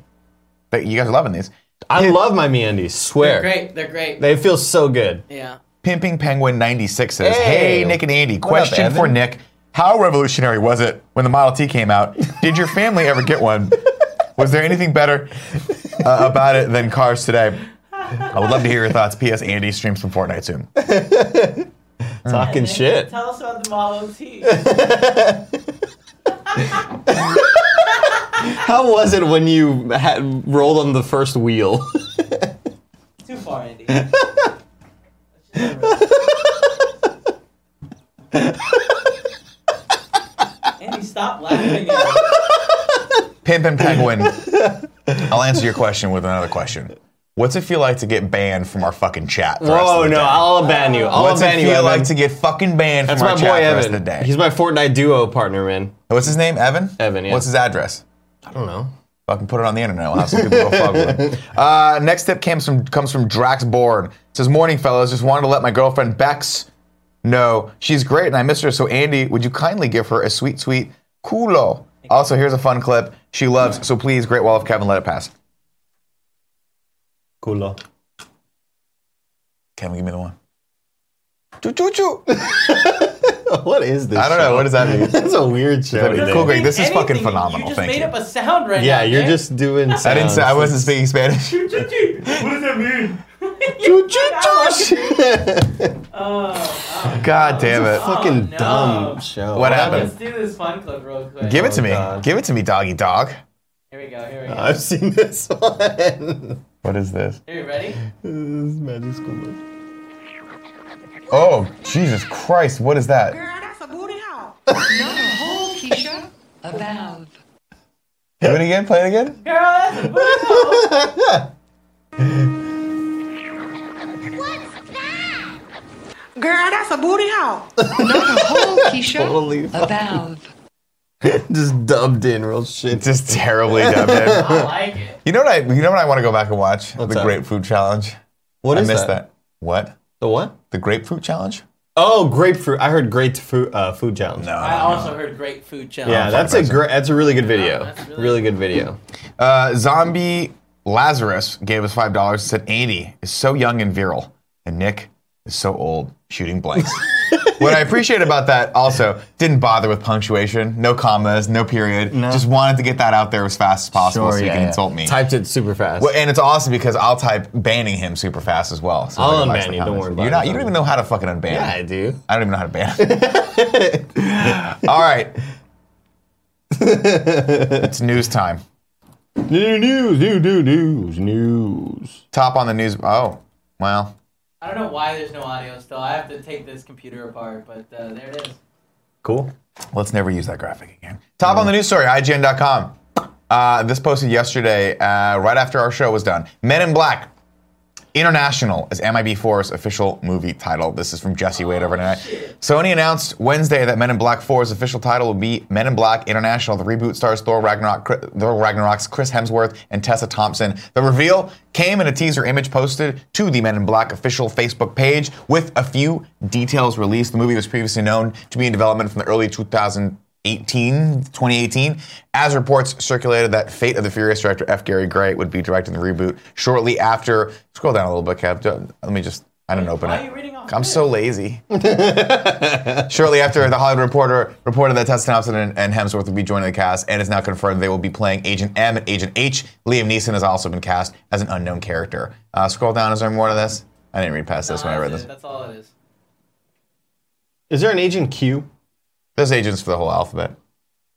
[SPEAKER 1] But you guys are loving these.
[SPEAKER 3] I love my MeUndies.
[SPEAKER 2] they're
[SPEAKER 3] Swear.
[SPEAKER 2] great. They're great.
[SPEAKER 3] They feel so good.
[SPEAKER 2] yeah.
[SPEAKER 1] Pimping Penguin 96 says, "Hey,
[SPEAKER 3] Hey.
[SPEAKER 1] Nick and Andy,
[SPEAKER 3] up,
[SPEAKER 1] question
[SPEAKER 3] Evan?
[SPEAKER 1] for Nick: How revolutionary was it when the Model T came out? Did your family ever get one? Was there anything better uh, about it than cars today?" I would love to hear your thoughts. P.S. Andy streams some Fortnite soon.
[SPEAKER 3] Talking shit.
[SPEAKER 2] Tell us about the Model T.
[SPEAKER 3] How was it when you had rolled on the first wheel?
[SPEAKER 2] Too far, Andy. Andy, stop laughing. At me.
[SPEAKER 1] Pimp and Penguin. I'll answer your question with another question. What's it feel like to get banned from our fucking chat? for the rest of
[SPEAKER 3] Whoa,
[SPEAKER 1] the
[SPEAKER 3] Oh, no,
[SPEAKER 1] day?
[SPEAKER 3] I'll ban you. I'll
[SPEAKER 1] What's
[SPEAKER 3] ban
[SPEAKER 1] it
[SPEAKER 3] you.
[SPEAKER 1] feel
[SPEAKER 3] Evan.
[SPEAKER 1] like to get fucking banned
[SPEAKER 3] That's
[SPEAKER 1] from
[SPEAKER 3] my
[SPEAKER 1] our
[SPEAKER 3] boy
[SPEAKER 1] chat for the rest of the
[SPEAKER 3] Evan.
[SPEAKER 1] day?
[SPEAKER 3] He's my Fortnite duo partner, man.
[SPEAKER 1] What's his name? Evan.
[SPEAKER 3] Evan, yeah.
[SPEAKER 1] What's his address?
[SPEAKER 3] I don't know.
[SPEAKER 1] Fucking put it on the internet. We'll have some people go fuck with it. Uh, next tip comes from comes from Drax Bourne. It says, "Morning, fellas. Just wanted to let my girlfriend Bex know she's great and I miss her. So Andy, would you kindly give her a sweet, sweet culo? Also, here's a fun clip she loves. So please, Great Wall of Kevin, let it pass.
[SPEAKER 3] Culo.
[SPEAKER 1] Kevin, give me the one. Choo choo choo.
[SPEAKER 3] What is this?
[SPEAKER 1] I don't know. What does that mean?
[SPEAKER 3] That's a weird show.
[SPEAKER 1] Cool,
[SPEAKER 3] today.
[SPEAKER 1] cool.
[SPEAKER 2] Mean
[SPEAKER 1] this is fucking
[SPEAKER 2] anything.
[SPEAKER 1] phenomenal.
[SPEAKER 2] You just
[SPEAKER 1] Thank
[SPEAKER 2] made
[SPEAKER 1] you.
[SPEAKER 2] up a sound right now.
[SPEAKER 3] Yeah, you're
[SPEAKER 2] okay?
[SPEAKER 3] just doing.
[SPEAKER 1] I didn't. Say, I wasn't speaking Spanish.
[SPEAKER 2] What does that mean? Oh,
[SPEAKER 1] God damn it.
[SPEAKER 3] Fucking
[SPEAKER 2] no.
[SPEAKER 3] dumb show.
[SPEAKER 1] What happened?
[SPEAKER 2] Let's do this fun clip real quick.
[SPEAKER 1] Give it to
[SPEAKER 3] Oh,
[SPEAKER 1] me.
[SPEAKER 3] God.
[SPEAKER 1] Give it to me, doggy dog.
[SPEAKER 2] Here we go. Here we go.
[SPEAKER 3] I've seen this one.
[SPEAKER 1] What is this?
[SPEAKER 2] Are you ready?
[SPEAKER 3] this is magic school bus.
[SPEAKER 1] Oh, Jesus Christ. What is that?
[SPEAKER 5] Girl, that's a booty hole. Not a hole, Keisha. A valve.
[SPEAKER 1] Do it again. Play it again.
[SPEAKER 2] Girl, that's a booty hole.
[SPEAKER 5] Girl, that's a booty hole. Not a hole, Keisha.
[SPEAKER 3] Holy
[SPEAKER 5] a valve.
[SPEAKER 3] Just dubbed in real shit.
[SPEAKER 1] Just terribly dubbed in.
[SPEAKER 2] I like it.
[SPEAKER 1] You know what I? You know what I want to go back and watch? the
[SPEAKER 3] that?
[SPEAKER 1] Grapefruit Challenge.
[SPEAKER 3] What
[SPEAKER 1] I
[SPEAKER 3] is
[SPEAKER 1] missed that? What?
[SPEAKER 3] The what?
[SPEAKER 1] The Grapefruit Challenge?
[SPEAKER 3] Oh, grapefruit. I heard grapefruit uh, food challenge.
[SPEAKER 1] No.
[SPEAKER 2] I also heard great food challenge.
[SPEAKER 3] Yeah, that's a great. That's a really good video.
[SPEAKER 2] Oh, that's
[SPEAKER 3] really,
[SPEAKER 2] really
[SPEAKER 3] good video.
[SPEAKER 1] Uh, Zombie Lazarus gave us five dollars. Said Andy is so young and virile, and Nick is so old shooting blanks. what I appreciate about that also didn't bother with punctuation, no commas, no period. Just wanted to get that out there as fast as possible so you can insult me.
[SPEAKER 3] Typed it super fast.
[SPEAKER 1] Well, and it's awesome because I'll type banning him super fast as well. So
[SPEAKER 3] I'll
[SPEAKER 1] like, likes
[SPEAKER 3] unban
[SPEAKER 1] the
[SPEAKER 3] you, don't
[SPEAKER 1] comments.
[SPEAKER 3] worry about
[SPEAKER 1] You're
[SPEAKER 3] it.
[SPEAKER 1] not. You don't even know how to fucking unban.
[SPEAKER 3] yeah, I do.
[SPEAKER 1] I don't even know how to ban. All right. it's news time.
[SPEAKER 3] New news, new new news, news.
[SPEAKER 1] Top on the news. Oh, well.
[SPEAKER 2] I don't know why there's no audio still. I have to take this computer apart, but uh, there it is.
[SPEAKER 3] Cool.
[SPEAKER 1] Let's never use that graphic again. Top on the news story, IGN.com. Uh, this posted yesterday, uh, right after our show was done. Men in Black International is MIB4's official movie title. This is from Jesse Wade overnight. Sony announced Wednesday that Men in Black 4's official title will be Men in Black International. The reboot stars Thor Ragnarok, Chri- Thor Ragnarok's Chris Hemsworth and Tessa Thompson. The reveal came in a teaser image posted to the Men in Black official Facebook page with a few details released. The movie was previously known to be in development from the early 2000s. 18, 2018, as reports circulated that Fate of the Furious director F. Gary Gray would be directing the reboot shortly after. Scroll down a little bit, Kev. Don't- Let me just. I didn't open
[SPEAKER 2] Why
[SPEAKER 1] it.
[SPEAKER 2] are you reading off
[SPEAKER 1] I'm
[SPEAKER 2] this?
[SPEAKER 1] so lazy. Shortly after, the Hollywood Reporter reported that Tessa Thompson and, and Hemsworth will be joining the cast, and it's now confirmed they will be playing Agent M and Agent H. Liam Neeson has also been cast as an unknown character. Uh, scroll down. Is there more to this? I didn't read past this when I read
[SPEAKER 2] That's
[SPEAKER 1] this.
[SPEAKER 2] it. That's all it is.
[SPEAKER 3] Is there an agent Q?
[SPEAKER 1] There's agents for the whole alphabet,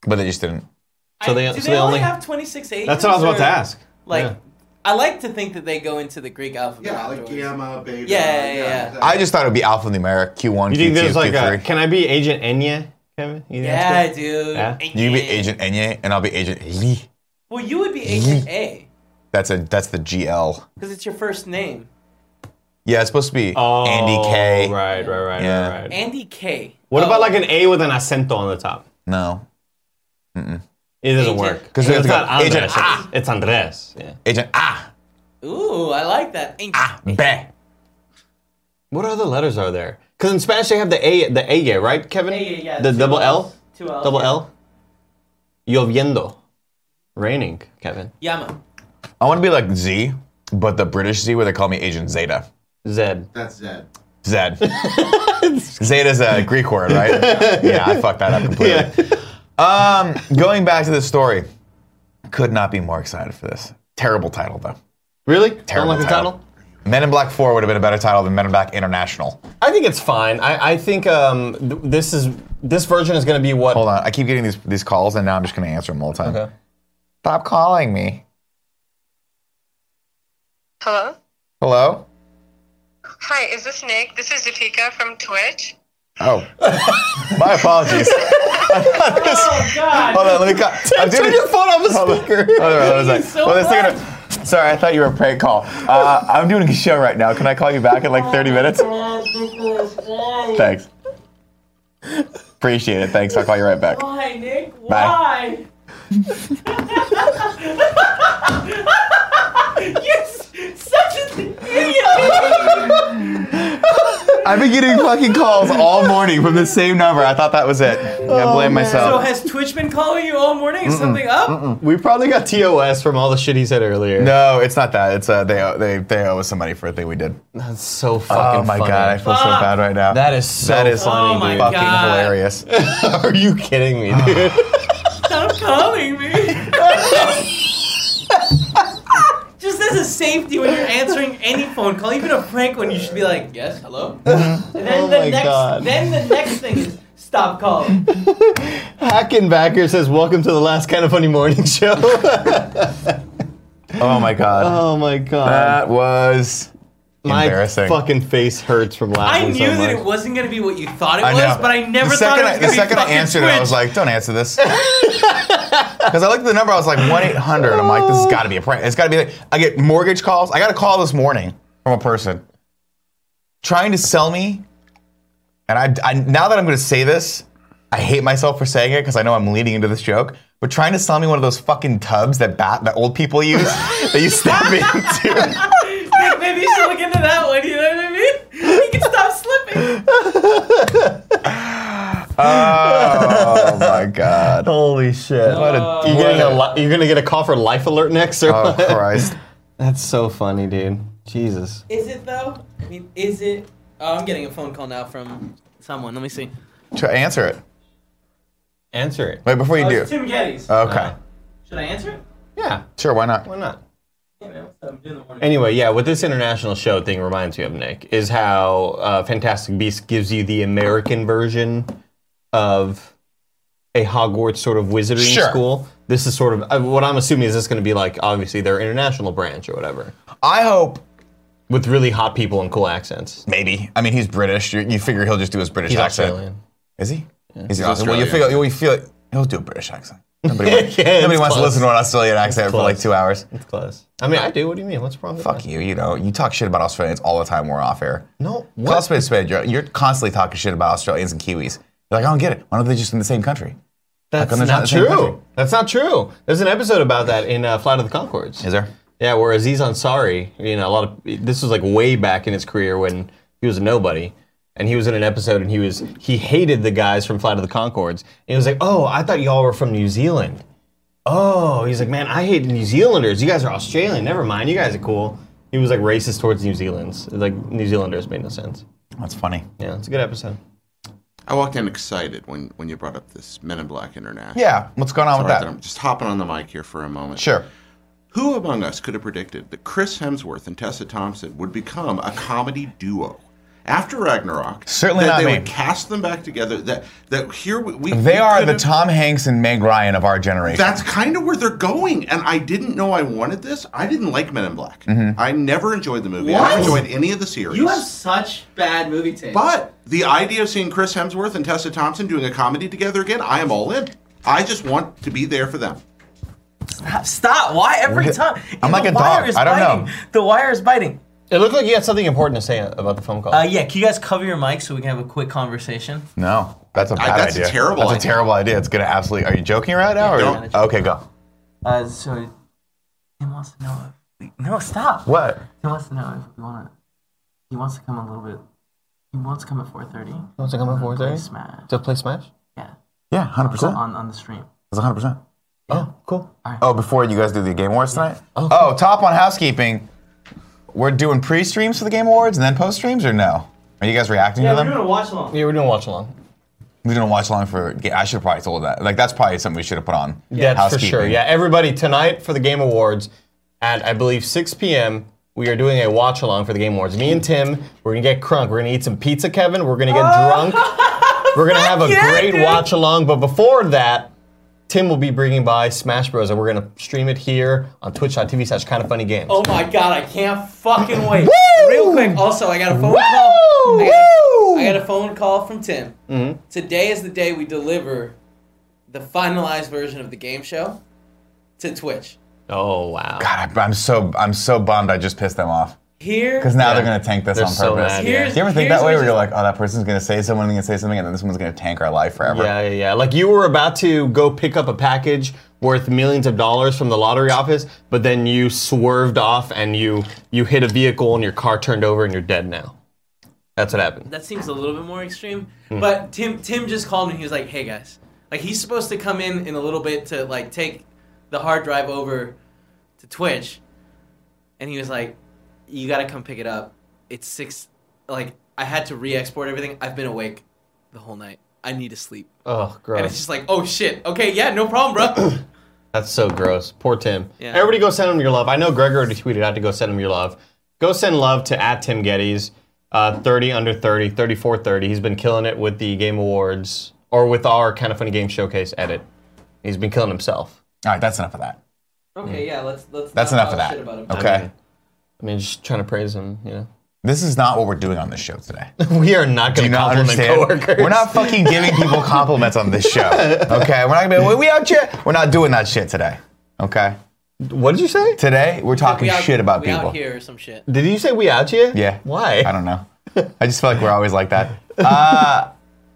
[SPEAKER 1] but they just didn't.
[SPEAKER 3] So they-
[SPEAKER 2] I, do
[SPEAKER 3] so
[SPEAKER 2] they,
[SPEAKER 3] they
[SPEAKER 2] only
[SPEAKER 3] only-
[SPEAKER 2] have 26 agents?
[SPEAKER 3] That's what I was about to
[SPEAKER 2] or-
[SPEAKER 3] ask.
[SPEAKER 2] Like,
[SPEAKER 3] Yeah.
[SPEAKER 2] I like to think that they go into the Greek alphabet.
[SPEAKER 4] Yeah, like
[SPEAKER 2] afterwards.
[SPEAKER 4] gamma, beta.
[SPEAKER 2] Yeah, yeah, yeah.
[SPEAKER 4] exactly.
[SPEAKER 1] I just thought it would be alphanumeric Q1,
[SPEAKER 3] You think
[SPEAKER 1] Q2,
[SPEAKER 3] there's like
[SPEAKER 1] Q3.
[SPEAKER 3] a? Can I be Agent Enya, Kevin? You think that's
[SPEAKER 2] Yeah, dude.
[SPEAKER 3] Yeah?
[SPEAKER 1] You be Agent Enye, and I'll be Agent Lee.
[SPEAKER 2] Well, you would be Agent A
[SPEAKER 1] That's a that's the GL.
[SPEAKER 2] because it's your first name.
[SPEAKER 1] Yeah, it's supposed to be
[SPEAKER 3] cool? Oh,
[SPEAKER 1] Andy K.
[SPEAKER 3] Right, right, right,
[SPEAKER 1] Yeah.
[SPEAKER 3] right, right.
[SPEAKER 2] Andy K.
[SPEAKER 3] What
[SPEAKER 2] Oh,
[SPEAKER 3] about like an A with an acento on the top?
[SPEAKER 1] No,
[SPEAKER 3] It doesn't
[SPEAKER 2] Agent.
[SPEAKER 3] work
[SPEAKER 1] 'Cause we have
[SPEAKER 3] it's
[SPEAKER 1] to go,
[SPEAKER 3] not Andres.
[SPEAKER 1] Agent,
[SPEAKER 3] it's,
[SPEAKER 1] ah.
[SPEAKER 3] it's Andres. Yeah.
[SPEAKER 1] Agent Ah
[SPEAKER 2] Ooh, I like that. Agent.
[SPEAKER 1] Be.
[SPEAKER 3] What other letters are there? Because in Spanish they have the A, the A, right, Kevin?
[SPEAKER 2] Yeah, yeah, yeah.
[SPEAKER 3] The
[SPEAKER 2] Two
[SPEAKER 3] double
[SPEAKER 2] Ls.
[SPEAKER 3] L,
[SPEAKER 2] Two L.
[SPEAKER 3] double L. Lloviendo, raining, Kevin.
[SPEAKER 2] Yama.
[SPEAKER 1] I want to be like Z, but the British Z, where they call me Agent Zeta.
[SPEAKER 3] Zed.
[SPEAKER 4] That's Zed.
[SPEAKER 1] Zed. Zeta's a Greek word, right? yeah, I fucked that up completely. Um, going back to the story, could not be more excited for this. Terrible title though.
[SPEAKER 3] Really?
[SPEAKER 1] Terrible
[SPEAKER 3] Don't like the title.
[SPEAKER 1] Men in Black Four would have been a better title than Men in Black International.
[SPEAKER 3] I think it's fine. I, I think um, th- this is this version is going to be what.
[SPEAKER 1] Hold on, I keep getting these these calls, and now I'm just gonna answer them all the time.
[SPEAKER 3] Okay.
[SPEAKER 1] Stop calling me.
[SPEAKER 6] Hello.
[SPEAKER 1] Hello?
[SPEAKER 6] Hi, is this Nick? This is Zafika from Twitch.
[SPEAKER 1] Oh. My apologies.
[SPEAKER 2] Oh, God.
[SPEAKER 1] Hold on, let me cut. I'm
[SPEAKER 3] Turn
[SPEAKER 1] doing
[SPEAKER 3] your
[SPEAKER 1] it.
[SPEAKER 3] phone off the speaker.
[SPEAKER 1] Hold on, hold on a sec.
[SPEAKER 2] so
[SPEAKER 1] Well, this thing
[SPEAKER 2] much.
[SPEAKER 1] gonna- Sorry, I thought you were a prank call. Uh, I'm doing a show right now. Can I call you back in like
[SPEAKER 3] Oh,
[SPEAKER 1] 30 minutes? Thanks. Appreciate it. Thanks. I'll call you right back.
[SPEAKER 3] Oh,
[SPEAKER 2] Why, Nick? Why?
[SPEAKER 1] Bye.
[SPEAKER 2] You're s- such an idiot!
[SPEAKER 1] I've been getting fucking calls all morning from the same number. I thought that was it.
[SPEAKER 3] Oh,
[SPEAKER 1] I blame
[SPEAKER 2] so
[SPEAKER 1] myself.
[SPEAKER 2] has Twitch been calling you all morning? Is something up?
[SPEAKER 3] We probably got TOS from all the shit he said earlier.
[SPEAKER 1] no, it's not that. It's uh, they owe, they they owe us some money for a thing we did.
[SPEAKER 3] That's so fucking
[SPEAKER 1] oh my
[SPEAKER 3] funny.
[SPEAKER 1] god, I feel so
[SPEAKER 2] Fuck.
[SPEAKER 1] bad right now.
[SPEAKER 3] that is so
[SPEAKER 1] that is
[SPEAKER 3] funny,
[SPEAKER 2] Oh my
[SPEAKER 3] dude. Oh
[SPEAKER 1] fucking
[SPEAKER 2] God.
[SPEAKER 1] hilarious.
[SPEAKER 3] Are you kidding me, dude?
[SPEAKER 2] Stop calling me. Just as a safety when you're answering any phone call, even a prank one, you should be like, yes, hello. And then
[SPEAKER 3] Oh
[SPEAKER 2] the
[SPEAKER 3] my
[SPEAKER 2] next,
[SPEAKER 3] God.
[SPEAKER 2] then the next thing is stop calling.
[SPEAKER 3] Hackenbacker says, "Welcome to the last kind of funny morning show."
[SPEAKER 1] Oh my god,
[SPEAKER 3] oh my god,
[SPEAKER 1] that was
[SPEAKER 3] my
[SPEAKER 1] embarrassing.
[SPEAKER 3] fucking face hurts from laughing.
[SPEAKER 2] I knew
[SPEAKER 3] so
[SPEAKER 2] that
[SPEAKER 3] much.
[SPEAKER 2] it wasn't gonna be what you thought it
[SPEAKER 1] I know.
[SPEAKER 2] was, but I never
[SPEAKER 1] the
[SPEAKER 2] thought
[SPEAKER 1] second
[SPEAKER 2] it
[SPEAKER 1] I, the
[SPEAKER 2] was gonna be
[SPEAKER 1] second I
[SPEAKER 2] fucking
[SPEAKER 1] answered
[SPEAKER 2] Twitch.
[SPEAKER 1] it, I was like, "Don't answer this," because I looked at the number. I was like, "1 800 I'm like, "This has got to be a prank. It's got to be." Like, I get mortgage calls. I got a call this morning from a person trying to sell me, and I, I now that I'm going to say this, I hate myself for saying it because I know I'm leading into this joke. But trying to sell me one of those fucking tubs that bat that old people use that you step into.
[SPEAKER 2] Nick, maybe you should look into that one. You know what I mean? You can stop slipping.
[SPEAKER 1] Oh my god!
[SPEAKER 3] Holy shit!
[SPEAKER 1] What a,
[SPEAKER 3] you're,
[SPEAKER 1] what
[SPEAKER 3] getting a
[SPEAKER 1] a-
[SPEAKER 3] li- you're gonna get a call for life alert next, or
[SPEAKER 1] Oh
[SPEAKER 3] what?
[SPEAKER 1] Christ!
[SPEAKER 3] That's so funny, dude. Jesus.
[SPEAKER 2] Is it though? I mean, is it? Oh, I'm getting a phone call now from someone. Let me see.
[SPEAKER 1] Try answer it.
[SPEAKER 3] Answer it. Uh,
[SPEAKER 1] Wait before you
[SPEAKER 2] Oh,
[SPEAKER 1] do.
[SPEAKER 2] it's Tim Geddes.
[SPEAKER 1] Okay.
[SPEAKER 2] Should I answer it?
[SPEAKER 3] Yeah.
[SPEAKER 1] Sure, why not?
[SPEAKER 3] Why not?
[SPEAKER 2] You know, so I'm doing the morning.
[SPEAKER 3] Anyway, yeah, what this international show thing reminds me of, Nick, is how uh, Fantastic Beasts gives you the American version of a Hogwarts sort of wizarding
[SPEAKER 1] Sure.
[SPEAKER 3] school. This is sort of uh, what I'm assuming is this going to be like, obviously, their international branch or whatever,
[SPEAKER 1] I hope
[SPEAKER 3] with really hot people and cool accents.
[SPEAKER 1] maybe. I mean, he's British. You, you figure he'll just do his British
[SPEAKER 3] He's
[SPEAKER 1] accent.
[SPEAKER 3] Australian.
[SPEAKER 1] Is he? Is he Australian? Well, you
[SPEAKER 4] Australian.
[SPEAKER 1] figure. Well, you feel he'll do a British accent. Nobody, wants,
[SPEAKER 3] Yeah, it's
[SPEAKER 1] nobody wants to
[SPEAKER 3] close.
[SPEAKER 1] listen to an Australian accent for like
[SPEAKER 3] close.
[SPEAKER 1] two hours.
[SPEAKER 3] It's close. I mean, I do. What do you mean? What's wrong with
[SPEAKER 1] Fuck you. You know, you talk shit about Australians all the time. when We're off air.
[SPEAKER 3] No,
[SPEAKER 1] Call a
[SPEAKER 3] what?
[SPEAKER 1] spade a spade. You're, you're constantly talking shit about Australians and Kiwis. You're like, I don't get it. Why don't they just in the same country?
[SPEAKER 3] That's
[SPEAKER 1] come they're
[SPEAKER 3] not,
[SPEAKER 1] not in the same country?
[SPEAKER 3] true. That's not true. There's an episode about that in uh, Flight of the Concords.
[SPEAKER 1] Is there?
[SPEAKER 3] Yeah, where Aziz Ansari, you know, a lot of this was like way back in his career when he was a nobody, and he was in an episode and he was he hated the guys from Flight of the Concords. And he was like, "Oh, I thought y'all were from New Zealand." Oh, he's like, "Man, I hate New Zealanders. You guys are Australian. Never mind. You guys are cool." He was like racist towards New Zealanders. Like New Zealanders made no sense.
[SPEAKER 1] That's funny.
[SPEAKER 3] Yeah, it's a good episode.
[SPEAKER 4] I walked in excited when, when you brought up this Men in Black International.
[SPEAKER 1] Yeah. What's going on
[SPEAKER 4] All
[SPEAKER 1] with
[SPEAKER 4] right,
[SPEAKER 1] that?
[SPEAKER 4] then I'm just hopping on the mic here for a moment.
[SPEAKER 1] Sure.
[SPEAKER 4] Who among us could have predicted that Chris Hemsworth and Tessa Thompson would become a comedy duo? After Ragnarok,
[SPEAKER 1] Certainly
[SPEAKER 4] that
[SPEAKER 1] not
[SPEAKER 4] they
[SPEAKER 1] me.
[SPEAKER 4] would cast them back together. That that here we, we
[SPEAKER 1] They
[SPEAKER 4] we
[SPEAKER 1] are
[SPEAKER 4] could
[SPEAKER 1] the
[SPEAKER 4] have-
[SPEAKER 1] Tom Hanks and Meg Ryan of our generation.
[SPEAKER 4] That's kind of where they're going, and I didn't know I wanted this. I didn't like Men in Black. I never enjoyed the movie. I
[SPEAKER 2] What?
[SPEAKER 4] never enjoyed any of the series.
[SPEAKER 2] You have such bad movie taste.
[SPEAKER 4] But the idea of seeing Chris Hemsworth and Tessa Thompson doing a comedy together again, I am all in. I just want to be there for them.
[SPEAKER 2] Stop! stop. Why every
[SPEAKER 1] What?
[SPEAKER 2] time?
[SPEAKER 1] I'm
[SPEAKER 2] The
[SPEAKER 1] like a
[SPEAKER 2] wire
[SPEAKER 1] dog.
[SPEAKER 2] is
[SPEAKER 1] I don't know.
[SPEAKER 2] biting. The wire is biting.
[SPEAKER 3] It looked like you had something important to say about the phone call.
[SPEAKER 2] Uh, yeah, can you guys cover your mic so we can have a quick conversation?
[SPEAKER 1] no. That's a bad
[SPEAKER 4] that's a
[SPEAKER 1] idea.
[SPEAKER 4] terrible
[SPEAKER 1] That's a
[SPEAKER 4] idea.
[SPEAKER 1] terrible idea. It's gonna absolutely. Are you joking right now? Or,
[SPEAKER 4] Don't.
[SPEAKER 1] okay, go.
[SPEAKER 2] Uh, so he wants to know if we, no stop.
[SPEAKER 1] What?
[SPEAKER 2] He wants to know if we want to. He wants to come a little bit. He wants to come at four thirty.
[SPEAKER 3] What's it coming for there?
[SPEAKER 2] Smash.
[SPEAKER 3] To play Smash?
[SPEAKER 2] Yeah.
[SPEAKER 1] Yeah, hundred percent.
[SPEAKER 2] On on the stream.
[SPEAKER 1] It's hundred percent.
[SPEAKER 3] Oh, cool.
[SPEAKER 1] Oh, before you guys do the Game Awards tonight. Oh, top on housekeeping. We're doing pre-streams for the Game Awards and then post-streams, or no? Are you guys reacting to them?
[SPEAKER 2] watch along.
[SPEAKER 3] Yeah, we're doing watch along.
[SPEAKER 1] We're doing a watch along for. ga- I should have probably told that. Like that's probably something we should have put on.
[SPEAKER 3] That's for sure.
[SPEAKER 1] housekeeping.
[SPEAKER 3] Yeah, everybody tonight for the Game Awards at I believe 6 p.m. We are doing a watch along for the Game Awards. Me and Tim, we're gonna get crunk. We're gonna eat some pizza, Kevin. We're gonna get drunk. We're gonna have a
[SPEAKER 2] Oh. yeah,
[SPEAKER 3] great
[SPEAKER 2] dude.
[SPEAKER 3] watch along. But before that, Tim will be bringing by Smash Bros. and we're gonna stream it here on Twitch.tv slash Kind of Funny Games.
[SPEAKER 2] Oh my god, I can't fucking wait.
[SPEAKER 1] Woo!
[SPEAKER 2] Real quick, also, I got a phone call. I got a, I got a phone call from Tim.
[SPEAKER 1] Mm-hmm.
[SPEAKER 2] Today is the day we deliver the finalized version of the game show to Twitch.
[SPEAKER 3] Oh wow.
[SPEAKER 1] God, I, Ah, I'm so I'm so bummed. I just pissed them off
[SPEAKER 2] Here,
[SPEAKER 1] because now
[SPEAKER 3] Yeah.
[SPEAKER 1] they're gonna tank this
[SPEAKER 3] They're
[SPEAKER 1] on
[SPEAKER 3] so
[SPEAKER 1] purpose.
[SPEAKER 3] mad,
[SPEAKER 1] Do
[SPEAKER 3] yeah.
[SPEAKER 2] here's,
[SPEAKER 1] you ever think
[SPEAKER 2] here's
[SPEAKER 1] that way?
[SPEAKER 2] what
[SPEAKER 1] Where you're
[SPEAKER 2] just-
[SPEAKER 1] like, oh, that person's gonna say something, and gonna say something, and then this one's gonna tank our life forever.
[SPEAKER 3] Yeah, yeah, yeah. Like you were about to go pick up a package worth millions of dollars from the lottery office, but then you swerved off and you you hit a vehicle and your car turned over and you're dead now. That's what happened.
[SPEAKER 2] that seems a little bit more extreme.
[SPEAKER 1] Hmm.
[SPEAKER 2] But Tim Tim just called me. He was like, "Hey guys, like he's supposed to come in in a little bit to like take the hard drive over to Twitch." And he was like, "You got to come pick it up. It's 6 like I had to re-export everything. I've been awake the whole night. I need to sleep."
[SPEAKER 3] Oh,
[SPEAKER 2] And it's
[SPEAKER 3] gross.
[SPEAKER 2] just like, "Oh shit. Okay, yeah, no problem, bro."
[SPEAKER 3] That's so gross. Poor Tim.
[SPEAKER 2] Yeah.
[SPEAKER 3] Everybody go send him your love. I know Greg already tweeted out to go send him your love. Go send love to at Tim Geddes, uh, 30 under 30, 34 30. He's been killing it with the Game Awards or with our Kind of Funny Game Showcase edit. He's been killing himself.
[SPEAKER 1] All right, that's enough of that.
[SPEAKER 2] okay, yeah, let's let's
[SPEAKER 1] That's enough
[SPEAKER 2] not
[SPEAKER 1] of
[SPEAKER 2] talk
[SPEAKER 1] that.
[SPEAKER 2] shit about him.
[SPEAKER 1] Okay.
[SPEAKER 3] I mean, just trying to praise him, you know.
[SPEAKER 1] This is not what we're doing on this show today.
[SPEAKER 3] We are not
[SPEAKER 1] Do you
[SPEAKER 3] going to
[SPEAKER 1] not
[SPEAKER 3] compliment
[SPEAKER 1] understand?
[SPEAKER 3] coworkers.
[SPEAKER 1] We're not fucking giving people compliments on this show. Okay, we're not gonna be. like, We out here. We're not doing that shit today. Okay,
[SPEAKER 3] What did you say?
[SPEAKER 1] today we're talking
[SPEAKER 2] We out-
[SPEAKER 1] shit about
[SPEAKER 2] we
[SPEAKER 1] people.
[SPEAKER 2] out here or some shit.
[SPEAKER 3] Did you say we out here?
[SPEAKER 1] Yeah.
[SPEAKER 3] Why?
[SPEAKER 1] I don't know. I just feel like we're always like that. Uh,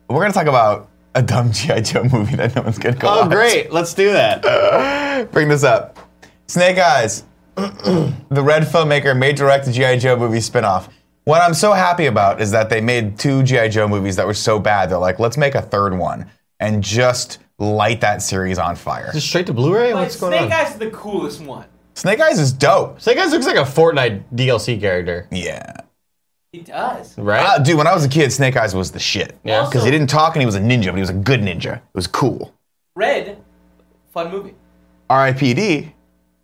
[SPEAKER 1] we're gonna talk about a dumb GI Joe movie that no one's gonna go.
[SPEAKER 3] Oh,
[SPEAKER 1] watch.
[SPEAKER 3] great. Let's do that.
[SPEAKER 1] Bring this up. Snake Eyes, the red filmmaker, may direct a GI Joe movie spinoff. What I'm so happy about is that they made two GI Joe movies that were so bad. They're like, let's make a third one and just light that series on fire.
[SPEAKER 3] Just straight to Blu-ray? What's going
[SPEAKER 2] Snake
[SPEAKER 3] on?
[SPEAKER 2] Eyes is the coolest one.
[SPEAKER 1] Snake Eyes is dope.
[SPEAKER 3] Snake Eyes looks like a Fortnite DLC character,
[SPEAKER 1] Yeah.
[SPEAKER 2] He does.
[SPEAKER 3] right?
[SPEAKER 1] Ah, dude, when I was a kid, Snake Eyes was the shit.
[SPEAKER 3] Yeah.
[SPEAKER 1] Because he didn't talk and he was a ninja, but he was a good ninja. It was cool.
[SPEAKER 2] Red, fun movie.
[SPEAKER 1] R.I.P.D.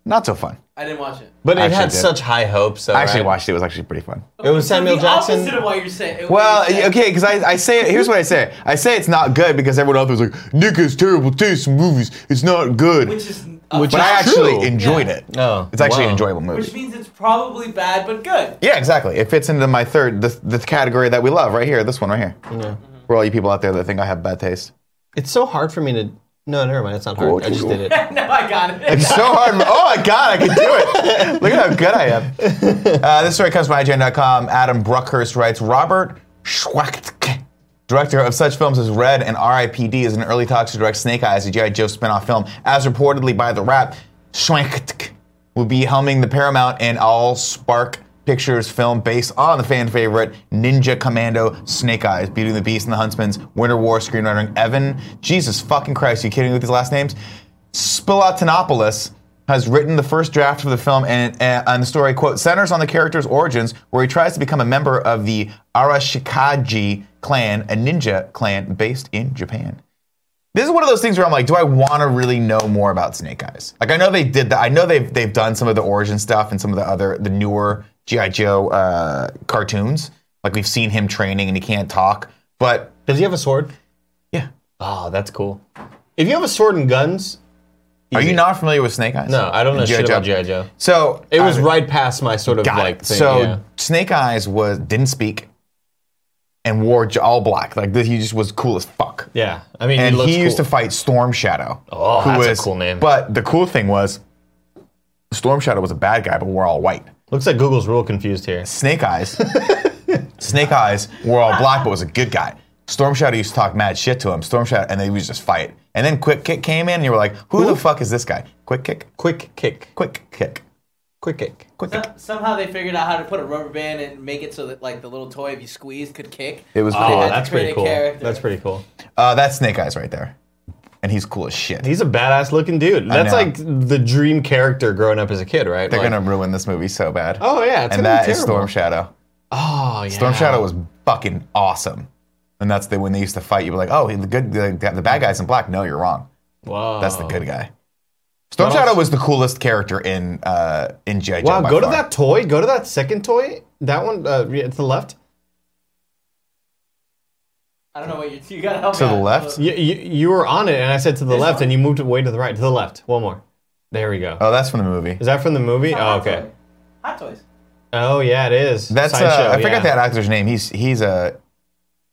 [SPEAKER 1] Not so fun.
[SPEAKER 2] I didn't watch it.
[SPEAKER 3] but it
[SPEAKER 1] actually
[SPEAKER 3] had
[SPEAKER 1] did.
[SPEAKER 3] such high hopes. Though,
[SPEAKER 1] I actually
[SPEAKER 3] right?
[SPEAKER 1] watched it. It was actually pretty fun.
[SPEAKER 3] It was Samuel
[SPEAKER 2] the
[SPEAKER 3] Jackson.
[SPEAKER 2] Opposite of what you're saying.
[SPEAKER 1] Well,
[SPEAKER 2] What you're saying.
[SPEAKER 1] okay, because I, I say it. Here's what I say. I say it's not good because everyone else was like, Nick has terrible taste in movies. It's not good.
[SPEAKER 2] which is
[SPEAKER 3] Which
[SPEAKER 2] which,
[SPEAKER 1] but
[SPEAKER 3] is
[SPEAKER 1] I actually
[SPEAKER 3] true.
[SPEAKER 1] enjoyed
[SPEAKER 2] Yeah.
[SPEAKER 1] it.
[SPEAKER 3] Oh,
[SPEAKER 1] it's actually
[SPEAKER 3] wow.
[SPEAKER 1] an enjoyable movie.
[SPEAKER 2] which means it's probably bad but good.
[SPEAKER 1] yeah, exactly. It fits into my third, the, the category that we love right here. This one right here. For all you people out there that think I have bad taste.
[SPEAKER 3] It's so hard for me to. No, never mind. It's not hard. I just did it.
[SPEAKER 2] no, I got it.
[SPEAKER 1] It's so hard. Oh my God, I can do it. Look at how good I am. Uh, this story comes from IGN.com. Adam Bruckhurst writes Robert Schwachtke, director of such films as Red and R.I.P.D., is in early talks to direct Snake Eyes, a G.I. Joe spinoff film. As reportedly by The Rap, Schwachtke will be helming the Paramount and All Spark Pictures film based on the fan favorite Ninja Commando Snake Eyes, Beauty and the Beast and the Huntsman's Winter War screenwriter Evan. Jesus fucking Christ, you kidding me with these last names? Spilatinopoulos has written the first draft of the film and, and, and the story, quote, centers on the character's origins, where he tries to become a member of the Arashikaji clan, a ninja clan based in Japan. This is one of those things where I'm like, do I want to really know more about Snake Eyes? Like, I know they did that. I know they've, they've done some of the origin stuff and some of the other, the newer G.I. Joe uh, cartoons. Like, we've seen him training and he can't talk. But,
[SPEAKER 3] Does he have a sword?
[SPEAKER 1] yeah.
[SPEAKER 3] Oh, that's cool. If you have a sword and guns,
[SPEAKER 1] Are you not familiar with Snake Eyes?
[SPEAKER 3] no, I don't know
[SPEAKER 1] G.I.
[SPEAKER 3] shit about
[SPEAKER 1] Joe.
[SPEAKER 3] GI Joe.
[SPEAKER 1] So
[SPEAKER 3] It was
[SPEAKER 1] I-
[SPEAKER 3] right past my sort of
[SPEAKER 1] Got
[SPEAKER 3] like
[SPEAKER 1] it.
[SPEAKER 3] thing.
[SPEAKER 1] so
[SPEAKER 3] yeah.
[SPEAKER 1] Snake Eyes was didn't speak and wore j- all black. Like this, he just was cool as fuck.
[SPEAKER 3] yeah, I mean,
[SPEAKER 1] And
[SPEAKER 3] he, looks
[SPEAKER 1] he used
[SPEAKER 3] cool.
[SPEAKER 1] to fight Storm Shadow.
[SPEAKER 3] Oh, that's a cool name.
[SPEAKER 1] But the cool thing was, Storm Shadow was a bad guy, but we're all white.
[SPEAKER 3] Looks like Google's real confused here.
[SPEAKER 1] Snake Eyes, Snake Eyes were all black, but was a good guy. Storm Shadow used to talk mad shit to him. Storm Shadow, and they would just fight. And then Quick Kick came in, and you were like, "Who, the fuck is this guy?" Quick Kick,
[SPEAKER 3] Quick kick.
[SPEAKER 1] Quick Kick,
[SPEAKER 3] Quick kick.
[SPEAKER 1] Quick Kick.
[SPEAKER 2] So- somehow they figured out how to put a rubber band and make it so that like the little toy if you squeeze could kick.
[SPEAKER 1] It was
[SPEAKER 3] Oh,
[SPEAKER 1] cool.
[SPEAKER 2] had to
[SPEAKER 3] that's pretty
[SPEAKER 2] create a
[SPEAKER 3] cool.
[SPEAKER 2] character.
[SPEAKER 3] That's pretty cool.
[SPEAKER 1] Uh, that's Snake Eyes right there, and he's cool as shit.
[SPEAKER 3] He's a badass looking dude. That's
[SPEAKER 1] know.
[SPEAKER 3] like the dream character growing up as a kid, right?
[SPEAKER 1] They're
[SPEAKER 3] Like-
[SPEAKER 1] gonna ruin this movie so bad.
[SPEAKER 3] Oh yeah, it's
[SPEAKER 1] and
[SPEAKER 3] gonna be
[SPEAKER 1] that is
[SPEAKER 3] terrible.
[SPEAKER 1] Storm Shadow.
[SPEAKER 3] Oh yeah.
[SPEAKER 1] Storm Shadow was fucking awesome. And that's the when they used to fight. You were like, oh, the good, the, the bad guy's in black. No, you're wrong.
[SPEAKER 3] Wow.
[SPEAKER 1] That's the good guy. Storm
[SPEAKER 3] Oh. What else?
[SPEAKER 1] Shadow was the coolest character in uh, in GI Joe.
[SPEAKER 3] Wow.
[SPEAKER 1] by
[SPEAKER 3] Go to
[SPEAKER 1] far.
[SPEAKER 3] that toy. Go to that second toy. That one. Uh, yeah, to the left.
[SPEAKER 2] I don't know what you you gotta help
[SPEAKER 1] To
[SPEAKER 2] me
[SPEAKER 1] the
[SPEAKER 2] out.
[SPEAKER 1] left?
[SPEAKER 2] Uh,
[SPEAKER 3] You, you, you were on it, and I said to the
[SPEAKER 2] This
[SPEAKER 3] left,
[SPEAKER 2] one?
[SPEAKER 3] and you moved it way to the right. To the left. One more. There we go.
[SPEAKER 1] Oh, that's from the movie.
[SPEAKER 3] Is that from the movie? Oh,
[SPEAKER 2] Hot
[SPEAKER 3] okay.
[SPEAKER 2] Toy. Hot toys.
[SPEAKER 3] Oh yeah, it is.
[SPEAKER 1] That's uh,
[SPEAKER 3] Sideshow,
[SPEAKER 1] I forgot
[SPEAKER 3] yeah.
[SPEAKER 1] that actor's name. He's he's a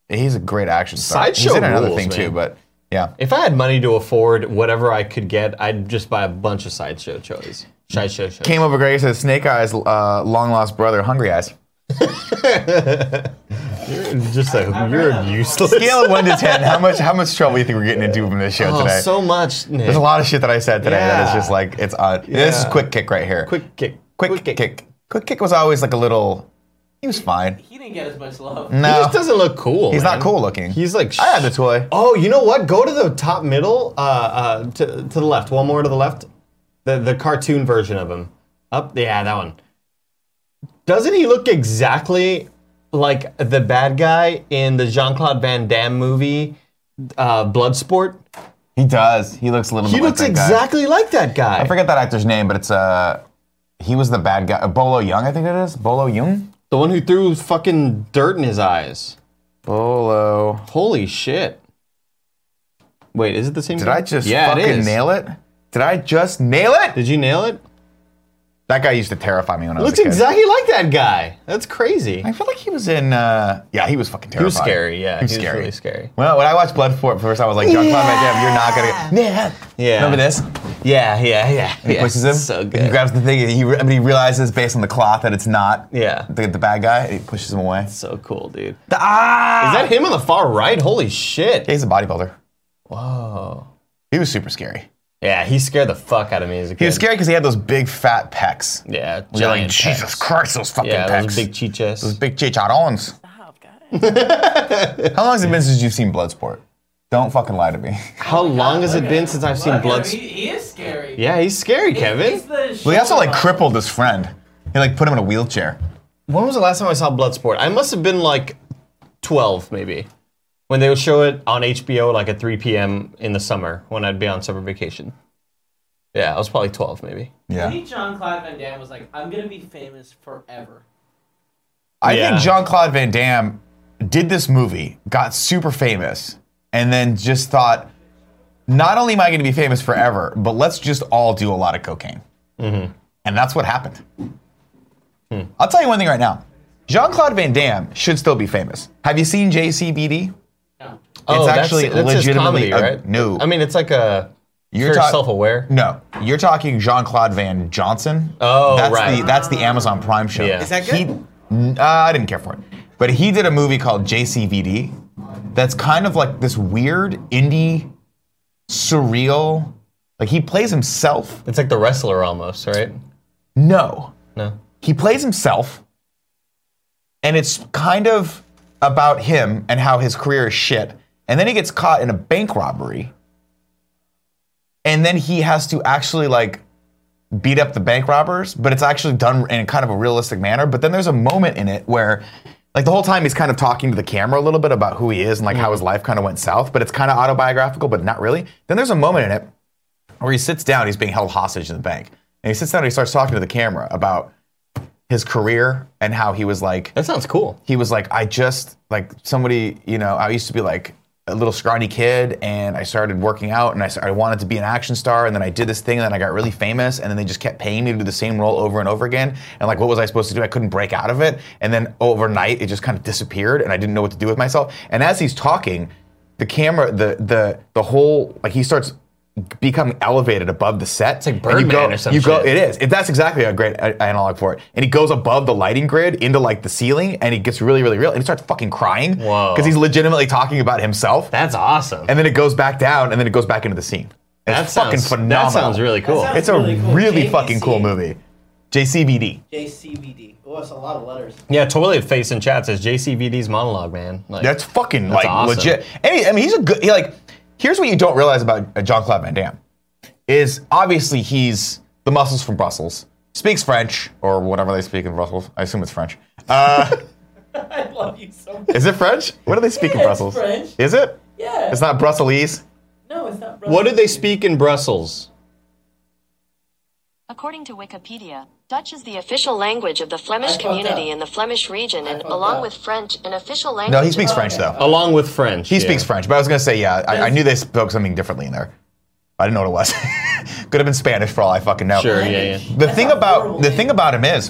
[SPEAKER 1] he's a great action star.
[SPEAKER 3] Sideshow
[SPEAKER 1] he's in another
[SPEAKER 3] rules,
[SPEAKER 1] thing too,
[SPEAKER 3] man.
[SPEAKER 1] but yeah.
[SPEAKER 3] If I had money to afford whatever I could get, I'd just buy a bunch of sideshow toys. Shy, shy, shy.
[SPEAKER 1] Came over Greg and said, Snake Eyes, uh, long lost brother, Hungry Eyes.
[SPEAKER 3] Just like you're useless.
[SPEAKER 1] Scale of one to ten. How much? How much trouble do you think we're getting into from this show
[SPEAKER 3] Oh,
[SPEAKER 1] today?
[SPEAKER 3] so much. Nick.
[SPEAKER 1] There's a lot of shit that I said today that is
[SPEAKER 3] Yeah.
[SPEAKER 1] just like it's on. This is
[SPEAKER 3] Yeah.
[SPEAKER 1] quick kick right here.
[SPEAKER 3] Quick kick.
[SPEAKER 1] quick, kick. Quick kick was always like a little. He was fine.
[SPEAKER 2] He didn't get as much love.
[SPEAKER 1] No,
[SPEAKER 3] He just doesn't look cool.
[SPEAKER 1] he's
[SPEAKER 3] man.
[SPEAKER 1] not cool looking.
[SPEAKER 3] He's like.
[SPEAKER 1] I had the toy.
[SPEAKER 3] Oh, you know what? Go to the top middle, uh, uh, to, to the left. One more to the left. The the cartoon version of him. Up, yeah, that one. Doesn't he look exactly like the bad guy in the Jean Claude Van Damme movie, uh, Bloodsport?
[SPEAKER 1] He does. He looks a little.
[SPEAKER 3] He
[SPEAKER 1] bit
[SPEAKER 3] looks
[SPEAKER 1] like that guy.
[SPEAKER 3] exactly like that guy.
[SPEAKER 1] I forget that actor's name, but it's uh, he was the bad guy. Bolo Young, I think it is. Bolo Young.
[SPEAKER 3] The one who threw fucking dirt in his eyes.
[SPEAKER 1] Bolo.
[SPEAKER 3] Holy shit. Wait, is it the same
[SPEAKER 1] Did
[SPEAKER 3] guy?
[SPEAKER 1] I just
[SPEAKER 3] yeah, it
[SPEAKER 1] fucking
[SPEAKER 3] is.
[SPEAKER 1] nail it? Did I just nail it?
[SPEAKER 3] Did you nail it?
[SPEAKER 1] That guy used to terrify me when I was
[SPEAKER 3] Looks
[SPEAKER 1] a kid.
[SPEAKER 3] exactly like that guy. That's crazy.
[SPEAKER 1] I feel like he was in. Uh, yeah, he was fucking terrifying.
[SPEAKER 3] He was scary, yeah.
[SPEAKER 1] he was,
[SPEAKER 3] scary.
[SPEAKER 1] scary.
[SPEAKER 3] really scary.
[SPEAKER 1] Well, when I watched Bloodsport first, I was like, John Claude Van Damme, you're not gonna. Get... Yeah.
[SPEAKER 3] Yeah.
[SPEAKER 1] Remember this?
[SPEAKER 3] Yeah, yeah, yeah.
[SPEAKER 1] He
[SPEAKER 3] yeah.
[SPEAKER 1] pushes him.
[SPEAKER 3] So good.
[SPEAKER 1] He grabs the thing. And he, re- but he realizes based on the cloth that it's not.
[SPEAKER 3] Yeah.
[SPEAKER 1] The, the bad guy. and He pushes him away.
[SPEAKER 3] so cool, dude. Is
[SPEAKER 1] Ah!
[SPEAKER 3] that him on the far right? Holy shit.
[SPEAKER 1] Yeah, he's a bodybuilder.
[SPEAKER 3] Whoa.
[SPEAKER 1] He was super scary.
[SPEAKER 3] Yeah, he scared the fuck out of me as a kid.
[SPEAKER 1] He was scary because he had those big fat pecs.
[SPEAKER 3] Yeah,
[SPEAKER 1] You're like,
[SPEAKER 3] giant
[SPEAKER 1] Jesus
[SPEAKER 3] pecs.
[SPEAKER 1] Christ, those fucking
[SPEAKER 3] Yeah,
[SPEAKER 1] pecs.
[SPEAKER 3] those big chichas.
[SPEAKER 1] big chicharrones. How long has it been since you've seen Bloodsport? Don't fucking lie to me.
[SPEAKER 3] How long has it been since I've seen
[SPEAKER 2] Look at him.
[SPEAKER 3] blood?
[SPEAKER 2] He, he is scary.
[SPEAKER 3] Yeah, he's scary,
[SPEAKER 2] He-
[SPEAKER 3] Kevin.
[SPEAKER 2] he's the
[SPEAKER 1] Well, he also like
[SPEAKER 2] show-
[SPEAKER 1] crippled his friend. He like put him in a wheelchair.
[SPEAKER 3] When was the last time I saw Bloodsport? I must have been like 12, maybe. When they would show it on HBO like at 3 p.m. in the summer when I'd be on summer vacation. Yeah, I was probably 12, maybe.
[SPEAKER 2] I
[SPEAKER 1] Yeah.
[SPEAKER 2] think John Claude Van Damme was like, I'm gonna be famous forever.
[SPEAKER 1] I
[SPEAKER 3] Yeah.
[SPEAKER 1] think Jean Claude Van Damme did this movie, got super famous, and then just thought, not only am I going to be famous forever, but let's just all do a lot of cocaine.
[SPEAKER 3] Mm-hmm.
[SPEAKER 1] And that's what happened. I'll tell you one thing right now Jean Claude Van Damme should still be famous. Have you seen JCBD?
[SPEAKER 2] No.
[SPEAKER 1] It's
[SPEAKER 3] Oh, that's-
[SPEAKER 1] actually
[SPEAKER 3] that's his
[SPEAKER 1] legitimately
[SPEAKER 3] comedy,
[SPEAKER 1] a-
[SPEAKER 3] right?
[SPEAKER 1] no.
[SPEAKER 3] I mean, it's like a
[SPEAKER 1] You're
[SPEAKER 3] you're
[SPEAKER 1] talk-
[SPEAKER 3] self-aware.
[SPEAKER 1] No, you're talking Jean Claude Van Johnson.
[SPEAKER 3] Oh,
[SPEAKER 1] that's
[SPEAKER 3] right.
[SPEAKER 1] The, that's the Amazon Prime show.
[SPEAKER 3] Yeah. Is
[SPEAKER 2] that good?
[SPEAKER 1] He, N- uh, I didn't care for it, but he did a movie called JCVD. That's kind of like this weird indie, surreal. Like he plays himself.
[SPEAKER 3] It's like the wrestler almost, right?
[SPEAKER 1] No,
[SPEAKER 3] No.
[SPEAKER 1] he plays himself, and it's kind of about him and how his career is shit. And then he gets caught in a bank robbery, and then he has to actually like beat up the bank robbers, but it's actually done in kind of a realistic manner. But then there's a moment in it where, like, the whole time he's kind of talking to the camera a little bit about who he is and like how his life kind of went south, but it's kind of autobiographical, but not really. Then there's a moment in it where he sits down, he's being held hostage in the bank. And he sits down and he starts talking to the camera about his career and how he was like,
[SPEAKER 3] That sounds cool.
[SPEAKER 1] he was like, I just like somebody, you know, I used to be like a little scrawny kid and I started working out and I, s- I wanted to be an action star and then I did this thing and then I got really famous and then they just kept paying me to do the same role over and over again. And like, what was I supposed to do? I couldn't break out of it. And then overnight it just kind of disappeared and I didn't know what to do with myself. And as he's talking, the camera, the, the, the whole, like he starts becoming elevated above the set. It's
[SPEAKER 3] like
[SPEAKER 1] you go,
[SPEAKER 3] Birdman or some
[SPEAKER 1] you go,
[SPEAKER 3] shit.
[SPEAKER 1] it it is. It- that's exactly a great a- analog for it. And he goes above the lighting grid into like the ceiling, and he gets really, really real, and he starts fucking crying
[SPEAKER 3] Whoa.
[SPEAKER 1] because he's legitimately talking about himself.
[SPEAKER 3] That's awesome.
[SPEAKER 1] and then it goes back down, and then it goes back into the scene. It's
[SPEAKER 3] that
[SPEAKER 1] fucking
[SPEAKER 3] sounds
[SPEAKER 1] phenomenal.
[SPEAKER 3] That sounds really cool.
[SPEAKER 2] sounds-
[SPEAKER 1] It's a
[SPEAKER 2] Really
[SPEAKER 1] really,
[SPEAKER 2] cool. JVC.
[SPEAKER 1] fucking cool movie. JCBD.
[SPEAKER 2] JCBD. Oh, that's a lot of letters.
[SPEAKER 3] yeah, toilet face in chat says JCVD's monologue, man. Like,
[SPEAKER 1] That's fucking like
[SPEAKER 3] awesome.
[SPEAKER 1] legit. And he, I mean, he's a good. He like, here's what you don't realize about uh, John Claude Van Damme is obviously he's the muscles from Brussels, speaks French or whatever they speak in Brussels. I assume it's French.
[SPEAKER 2] I love you so much.
[SPEAKER 1] Is it French? What do they speak in
[SPEAKER 2] Yeah, it's
[SPEAKER 1] Brussels?
[SPEAKER 2] French.
[SPEAKER 1] Is it?
[SPEAKER 2] Yeah.
[SPEAKER 1] It's not Brussels.
[SPEAKER 2] No, it's not.
[SPEAKER 3] what do they speak in Brussels?
[SPEAKER 7] According to Wikipedia, Dutch is the official language of the
[SPEAKER 2] I
[SPEAKER 7] Flemish
[SPEAKER 2] fucked
[SPEAKER 7] community
[SPEAKER 2] up.
[SPEAKER 7] in the Flemish region, and
[SPEAKER 2] fucked
[SPEAKER 7] along
[SPEAKER 2] up.
[SPEAKER 7] with French, an official language.
[SPEAKER 1] No, he
[SPEAKER 7] of
[SPEAKER 1] speaks French
[SPEAKER 2] okay.
[SPEAKER 1] though.
[SPEAKER 3] Along with French.
[SPEAKER 1] He
[SPEAKER 3] yeah.
[SPEAKER 1] speaks French, but I was gonna say yeah. I, I knew they spoke something differently in there. I didn't know what it was. Could have been Spanish for all I fucking know.
[SPEAKER 3] Sure, yeah, yeah.
[SPEAKER 1] The thing
[SPEAKER 2] a
[SPEAKER 1] about
[SPEAKER 2] horrible
[SPEAKER 1] the
[SPEAKER 2] name.
[SPEAKER 1] thing about him is,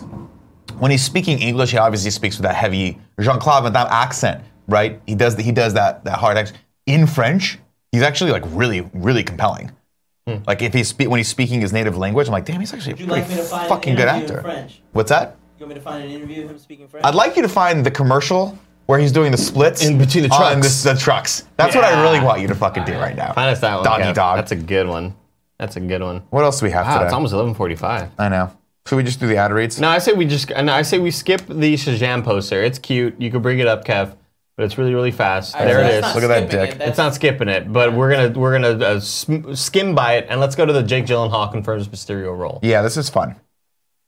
[SPEAKER 1] when he's speaking English, he obviously speaks with that heavy Jean Claude Van Damme accent, right? He does he does that that hard accent. In French, he's actually like really really compelling.
[SPEAKER 3] Hmm.
[SPEAKER 1] Like if he's spe- when he's speaking his native language, I'm like, damn, he's actually a
[SPEAKER 2] Would you
[SPEAKER 1] pretty
[SPEAKER 2] like me to find an
[SPEAKER 1] fucking good
[SPEAKER 2] interview in
[SPEAKER 1] actor.
[SPEAKER 2] French?
[SPEAKER 1] What's that?
[SPEAKER 2] You want me to find an interview of him speaking French?
[SPEAKER 1] I'd like you to find the commercial where he's doing the splits
[SPEAKER 3] In between the
[SPEAKER 1] on
[SPEAKER 3] trucks.
[SPEAKER 1] the, the trucks. That's what I
[SPEAKER 3] Yeah.
[SPEAKER 1] really want you to fucking do right now.
[SPEAKER 3] Find us that one.
[SPEAKER 1] Doggy
[SPEAKER 3] Kev.
[SPEAKER 1] dog.
[SPEAKER 3] That's a good one. That's a good one.
[SPEAKER 1] what else do we have
[SPEAKER 3] Wow,
[SPEAKER 1] today?
[SPEAKER 3] it's almost 11:45.
[SPEAKER 1] I know. Should we just do the ad reads?
[SPEAKER 3] No, I say we just. No, I say we skip the Shazam poster. It's cute. You can bring it up, Kev. But it's really, really fast.
[SPEAKER 2] All right, so
[SPEAKER 3] there it
[SPEAKER 2] that's
[SPEAKER 3] is.
[SPEAKER 2] not
[SPEAKER 1] Look at that
[SPEAKER 2] skipping
[SPEAKER 1] dick.
[SPEAKER 2] it,
[SPEAKER 3] It's not skipping it, but we're gonna we're gonna uh, sm- skim by it, and let's go to the Jake Gyllenhaal confirms Mysterio role.
[SPEAKER 1] Yeah, this is fun.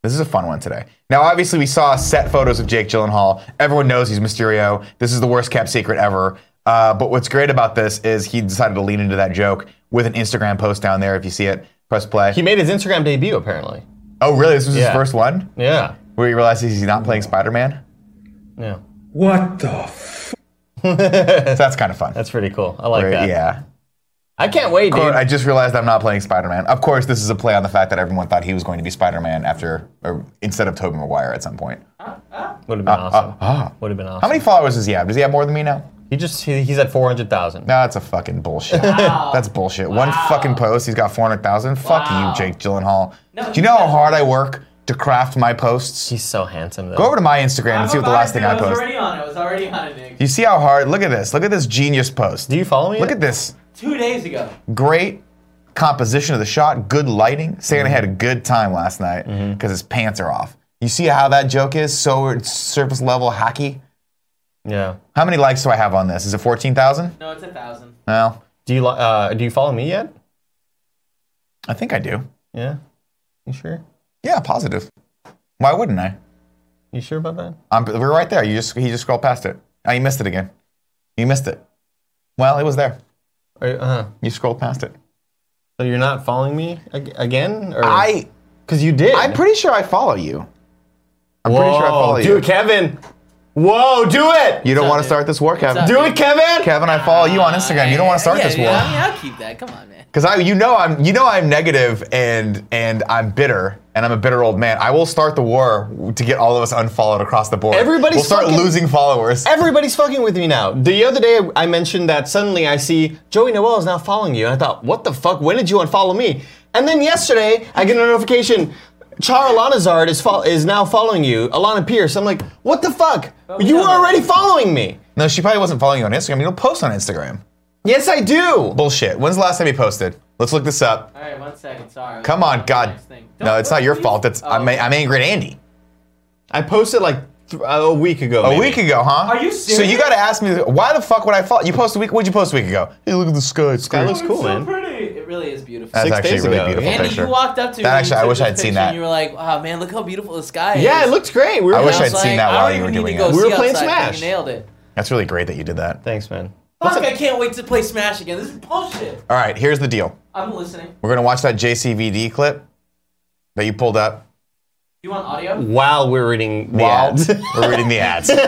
[SPEAKER 1] This is a fun one today. Now, obviously, we saw set photos of Jake Gyllenhaal. Everyone knows he's Mysterio. This is the worst kept secret ever. Uh, but what's great about this is he decided to lean into that joke with an Instagram post down there. If you see it, press play.
[SPEAKER 3] He made his Instagram debut apparently.
[SPEAKER 1] oh, really? This was
[SPEAKER 3] Yeah.
[SPEAKER 1] his first one
[SPEAKER 3] Yeah,
[SPEAKER 1] where he realizes he's not playing Spider Man?
[SPEAKER 3] yeah,
[SPEAKER 8] What the f-
[SPEAKER 1] So that's kind of fun.
[SPEAKER 3] that's pretty cool. I like that.
[SPEAKER 1] Yeah.
[SPEAKER 3] I can't wait, dude.
[SPEAKER 1] Quote, I just realized I'm not playing Spider Man. Of course, this is a play on the fact that everyone thought he was going to be Spider Man after, or instead of Tobey Maguire at some point. Ah.
[SPEAKER 3] Would
[SPEAKER 1] Uh,
[SPEAKER 3] have been
[SPEAKER 2] Oh.
[SPEAKER 3] awesome. Would have been awesome.
[SPEAKER 1] How many followers does he have? Does he have more than me now?
[SPEAKER 3] He just he, he's at four hundred thousand.
[SPEAKER 1] No, that's a fucking bullshit. That's bullshit. One fucking post, he's got 400,000. Fuck
[SPEAKER 2] Wow.
[SPEAKER 1] you, Jake Gyllenhaal.
[SPEAKER 2] No,
[SPEAKER 1] Do
[SPEAKER 2] you
[SPEAKER 1] you know how
[SPEAKER 2] gotta-
[SPEAKER 1] hard I work to craft my posts?
[SPEAKER 3] He's so handsome though.
[SPEAKER 1] Go over to my Instagram
[SPEAKER 2] I'm
[SPEAKER 1] and see what the
[SPEAKER 2] about
[SPEAKER 1] last
[SPEAKER 2] to,
[SPEAKER 1] thing I
[SPEAKER 2] was
[SPEAKER 1] post.
[SPEAKER 2] already on it. I was already on it, Nick.
[SPEAKER 1] You see how hard? Look at this. Look at this genius post.
[SPEAKER 3] Do you follow me?
[SPEAKER 1] Look
[SPEAKER 3] yet?
[SPEAKER 1] at this
[SPEAKER 2] Two days ago.
[SPEAKER 1] great composition of the shot, good lighting. Santa had a good time last night because his pants are off. You see how that joke is? So it's surface level hacky.
[SPEAKER 3] Yeah.
[SPEAKER 1] How many likes do I have on this? Is it 14,000?
[SPEAKER 2] No, it's a thousand.
[SPEAKER 1] No.
[SPEAKER 3] Do you li- uh, do you follow me yet?
[SPEAKER 1] I think I do.
[SPEAKER 3] Yeah. You sure?
[SPEAKER 1] Yeah, positive. Why wouldn't I?
[SPEAKER 3] You sure about that?
[SPEAKER 1] Um, but we're right there. You just he just scrolled past it. Oh, you missed it again. You missed it. Well, it was there.
[SPEAKER 3] Or, uh,
[SPEAKER 1] You scrolled past it.
[SPEAKER 3] so you're not following me ag- again? Or?
[SPEAKER 1] I
[SPEAKER 3] because you did.
[SPEAKER 1] I'm pretty sure I follow you. I'm
[SPEAKER 3] Whoa,
[SPEAKER 1] pretty sure I follow
[SPEAKER 3] do
[SPEAKER 1] you.
[SPEAKER 3] it, Kevin. Whoa, do it.
[SPEAKER 1] You don't
[SPEAKER 2] up,
[SPEAKER 1] want to
[SPEAKER 2] dude?
[SPEAKER 1] start this war, Kevin.
[SPEAKER 3] do it, Kevin.
[SPEAKER 1] Kevin, I follow you on Instagram. You don't want to start
[SPEAKER 2] yeah,
[SPEAKER 1] this
[SPEAKER 2] yeah,
[SPEAKER 1] war.
[SPEAKER 2] I mean, I'll keep that. Come on, man.
[SPEAKER 1] Because I, you know, I'm, you know, I'm negative and and I'm bitter and I'm a bitter old man. I will start the war to get all of us unfollowed across the board.
[SPEAKER 3] Everybody's
[SPEAKER 1] we'll start
[SPEAKER 3] fucking-
[SPEAKER 1] losing followers.
[SPEAKER 3] Everybody's fucking with me now. The other day, I mentioned that suddenly I see Joey Noel is now following you. And I thought, what the fuck? When did you unfollow me? And then yesterday, I get a notification. Char Alanazard is, fol- is now following you. Alana Pierce. I'm like, what the fuck?
[SPEAKER 2] we
[SPEAKER 3] You
[SPEAKER 2] know
[SPEAKER 3] were
[SPEAKER 2] that.
[SPEAKER 3] already following me.
[SPEAKER 1] no, she probably wasn't following you on Instagram. You don't post on Instagram.
[SPEAKER 3] Yes, I do.
[SPEAKER 1] Bullshit. When's the last time you posted? Let's look this up.
[SPEAKER 2] All right, one second. Sorry.
[SPEAKER 1] Come on, God.
[SPEAKER 2] Next thing.
[SPEAKER 1] No,
[SPEAKER 2] Don't-
[SPEAKER 1] it's not your
[SPEAKER 2] please.
[SPEAKER 1] fault. It's
[SPEAKER 2] Oh,
[SPEAKER 1] I'm,
[SPEAKER 2] okay.
[SPEAKER 1] I'm angry at Andy.
[SPEAKER 3] I posted like th- uh, a week ago.
[SPEAKER 1] A week ago, huh?
[SPEAKER 2] Are you
[SPEAKER 1] So you
[SPEAKER 2] serious?
[SPEAKER 1] got to ask me why the fuck would I follow? You post a week. What'd you post a week ago? Hey, look at the sky. It's
[SPEAKER 3] Sky
[SPEAKER 1] great.
[SPEAKER 3] looks
[SPEAKER 2] It's
[SPEAKER 3] cool,
[SPEAKER 2] so
[SPEAKER 3] man.
[SPEAKER 2] pretty. It really is beautiful.
[SPEAKER 1] That's
[SPEAKER 3] Six
[SPEAKER 1] actually
[SPEAKER 3] days
[SPEAKER 1] a really
[SPEAKER 3] ago,
[SPEAKER 1] beautiful
[SPEAKER 3] yeah.
[SPEAKER 2] Andy,
[SPEAKER 1] picture.
[SPEAKER 2] you walked up to me.
[SPEAKER 1] That
[SPEAKER 2] and
[SPEAKER 1] actually-
[SPEAKER 2] you
[SPEAKER 1] I
[SPEAKER 2] took
[SPEAKER 1] wish
[SPEAKER 2] this
[SPEAKER 1] I'd seen
[SPEAKER 2] picture
[SPEAKER 1] that.
[SPEAKER 2] And you were like, "Wow, man, look how beautiful the sky is."
[SPEAKER 3] Yeah, it looked great. We were
[SPEAKER 1] I wish
[SPEAKER 2] And I
[SPEAKER 1] I'd
[SPEAKER 2] was
[SPEAKER 1] seen
[SPEAKER 2] like,
[SPEAKER 1] that
[SPEAKER 2] I
[SPEAKER 1] while
[SPEAKER 2] don't
[SPEAKER 1] you were
[SPEAKER 2] even
[SPEAKER 1] doing
[SPEAKER 2] need to go
[SPEAKER 1] it.
[SPEAKER 3] We were
[SPEAKER 2] see
[SPEAKER 3] playing
[SPEAKER 2] outside, man,
[SPEAKER 3] Smash.
[SPEAKER 2] You nailed it.
[SPEAKER 1] That's really great that you did that.
[SPEAKER 3] Thanks, man.
[SPEAKER 2] Fuck, I can't wait to play Smash again. This is bullshit.
[SPEAKER 1] All right, here's the deal.
[SPEAKER 2] I'm listening.
[SPEAKER 1] We're gonna watch that JCVD clip that you pulled up
[SPEAKER 2] You want audio?
[SPEAKER 3] While we're reading the
[SPEAKER 1] while
[SPEAKER 3] ads.
[SPEAKER 1] we're reading the ads. How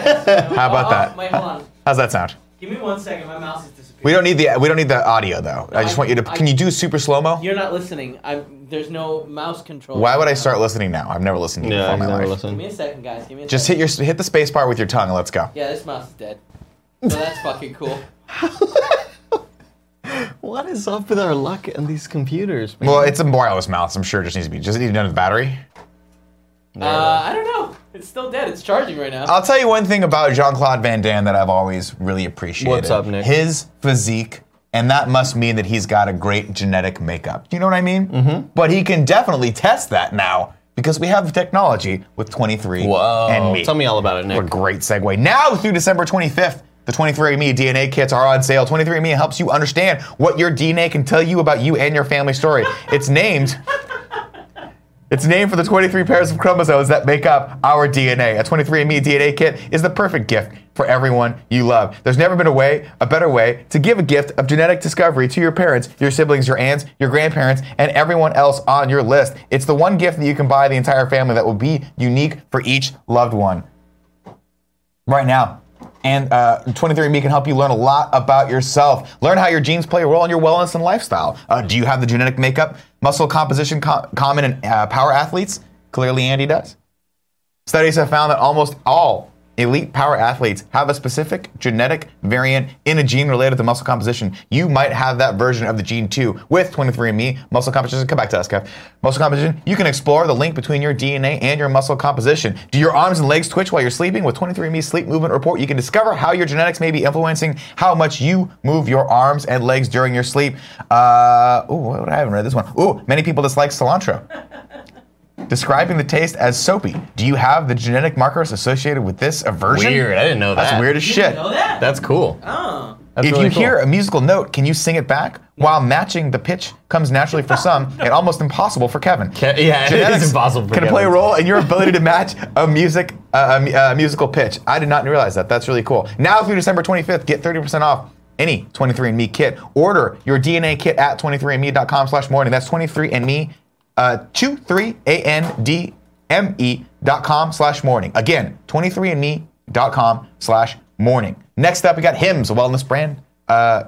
[SPEAKER 1] about
[SPEAKER 2] Oh,
[SPEAKER 1] that?
[SPEAKER 2] wait, hold on.
[SPEAKER 1] How's that sound?
[SPEAKER 2] Give me one second. My mouse is disappearing.
[SPEAKER 1] We don't need the we don't need the audio though. I just
[SPEAKER 2] I-
[SPEAKER 1] want you to.
[SPEAKER 2] I-
[SPEAKER 1] Can you do super slow mo?
[SPEAKER 2] You're not listening. I'm. There's no mouse control.
[SPEAKER 1] Why would I
[SPEAKER 2] right now.
[SPEAKER 1] start listening now? I've never listened to you
[SPEAKER 3] yeah,
[SPEAKER 1] before in my
[SPEAKER 3] never
[SPEAKER 1] life.
[SPEAKER 2] Give me
[SPEAKER 3] listen.
[SPEAKER 2] a second, guys. Give me a
[SPEAKER 1] Just hit
[SPEAKER 2] second.
[SPEAKER 1] your hit the space bar with your tongue. and Let's go.
[SPEAKER 2] Yeah, this mouse is dead. So that's fucking cool.
[SPEAKER 3] What is up with our luck and these computers? Man?
[SPEAKER 1] Well, it's a wireless mouse. I'm sure it just needs to be. Does it need another battery?
[SPEAKER 2] Uh, I don't know. It's still dead. It's charging right now.
[SPEAKER 1] I'll tell you one thing about Jean Claude Van Damme that I've always really appreciated.
[SPEAKER 3] What's up, Nick?
[SPEAKER 1] His physique, and that must mean that he's got a great genetic makeup. You know what I mean? Mm-hmm. But he can definitely test that now because we have technology with 23
[SPEAKER 3] Whoa.
[SPEAKER 1] and me.
[SPEAKER 3] Tell me all about it, Nick.
[SPEAKER 1] What a great segue. Now through December 25th, the 23andMe DNA kits are on sale. 23andMe helps you understand what your DNA can tell you about you and your family story. It's named. It's named for the 23 pairs of chromosomes that make up our DNA. A 23andMe DNA kit is the perfect gift for everyone you love. There's never been a way, a better way, to give a gift of genetic discovery to your parents, your siblings, your aunts, your grandparents, and everyone else on your list. It's the one gift that you can buy the entire family that will be unique for each loved one right now. And uh, 23andMe can help you learn a lot about yourself. Learn how your genes play a role in your wellness and lifestyle. Uh, do you have the genetic makeup, muscle composition co- common in uh, power athletes? Clearly, Andy does. Studies have found that almost all elite power athletes have a specific genetic variant in a gene related to muscle composition. You might have that version of the gene too. With 23andMe, muscle composition, come back to us, Kev. Muscle composition, you can explore the link between your DNA and your muscle composition. Do your arms and legs twitch while you're sleeping? With 23andMe's sleep movement report, you can discover how your genetics may be influencing how much you move your arms and legs during your sleep. Uh, ooh, what- I haven't read this one. Ooh, many people dislike cilantro describing the taste as soapy. Do you have the genetic markers associated with this aversion?
[SPEAKER 3] Weird. I didn't know that.
[SPEAKER 1] That's weird as
[SPEAKER 2] You
[SPEAKER 1] shit.
[SPEAKER 2] didn't know that?
[SPEAKER 3] That's cool.
[SPEAKER 2] Oh.
[SPEAKER 3] That's
[SPEAKER 1] if
[SPEAKER 3] really
[SPEAKER 1] you
[SPEAKER 3] cool.
[SPEAKER 1] hear a musical note, can you sing it back? While matching the pitch comes naturally for some and almost impossible for Kevin.
[SPEAKER 3] Ke- yeah, it is
[SPEAKER 1] Genetics
[SPEAKER 3] impossible for
[SPEAKER 1] can play a
[SPEAKER 3] Kevin.
[SPEAKER 1] role in your ability to match a music uh, a mu- uh, musical pitch. I did not realize that. That's really cool. Now through December 25th, get 30% off any 23andMe kit. Order your DNA kit at 23andme.com slash morning. That's 23andme, uh, 23andme E dot com slash morning. Again, 23andme.com slash morning. Next up, we got Hims, a wellness brand. Uh,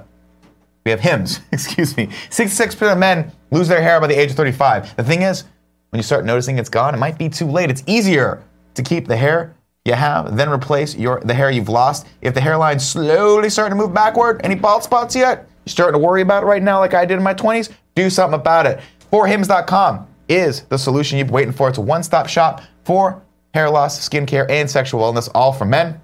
[SPEAKER 1] we have hymns. Excuse me. 66% of men lose their hair by the age of 35. The thing is, when you start noticing it's gone, it might be too late. It's easier to keep the hair you have than replace your the hair you've lost. If the hairline's slowly starting to move backward, any bald spots yet? You're starting to worry about it right now, like I did in my 20s? Do something about it. Forhims.com is the solution you've been waiting for. It's a one-stop shop for hair loss, skincare, and sexual wellness, all for men.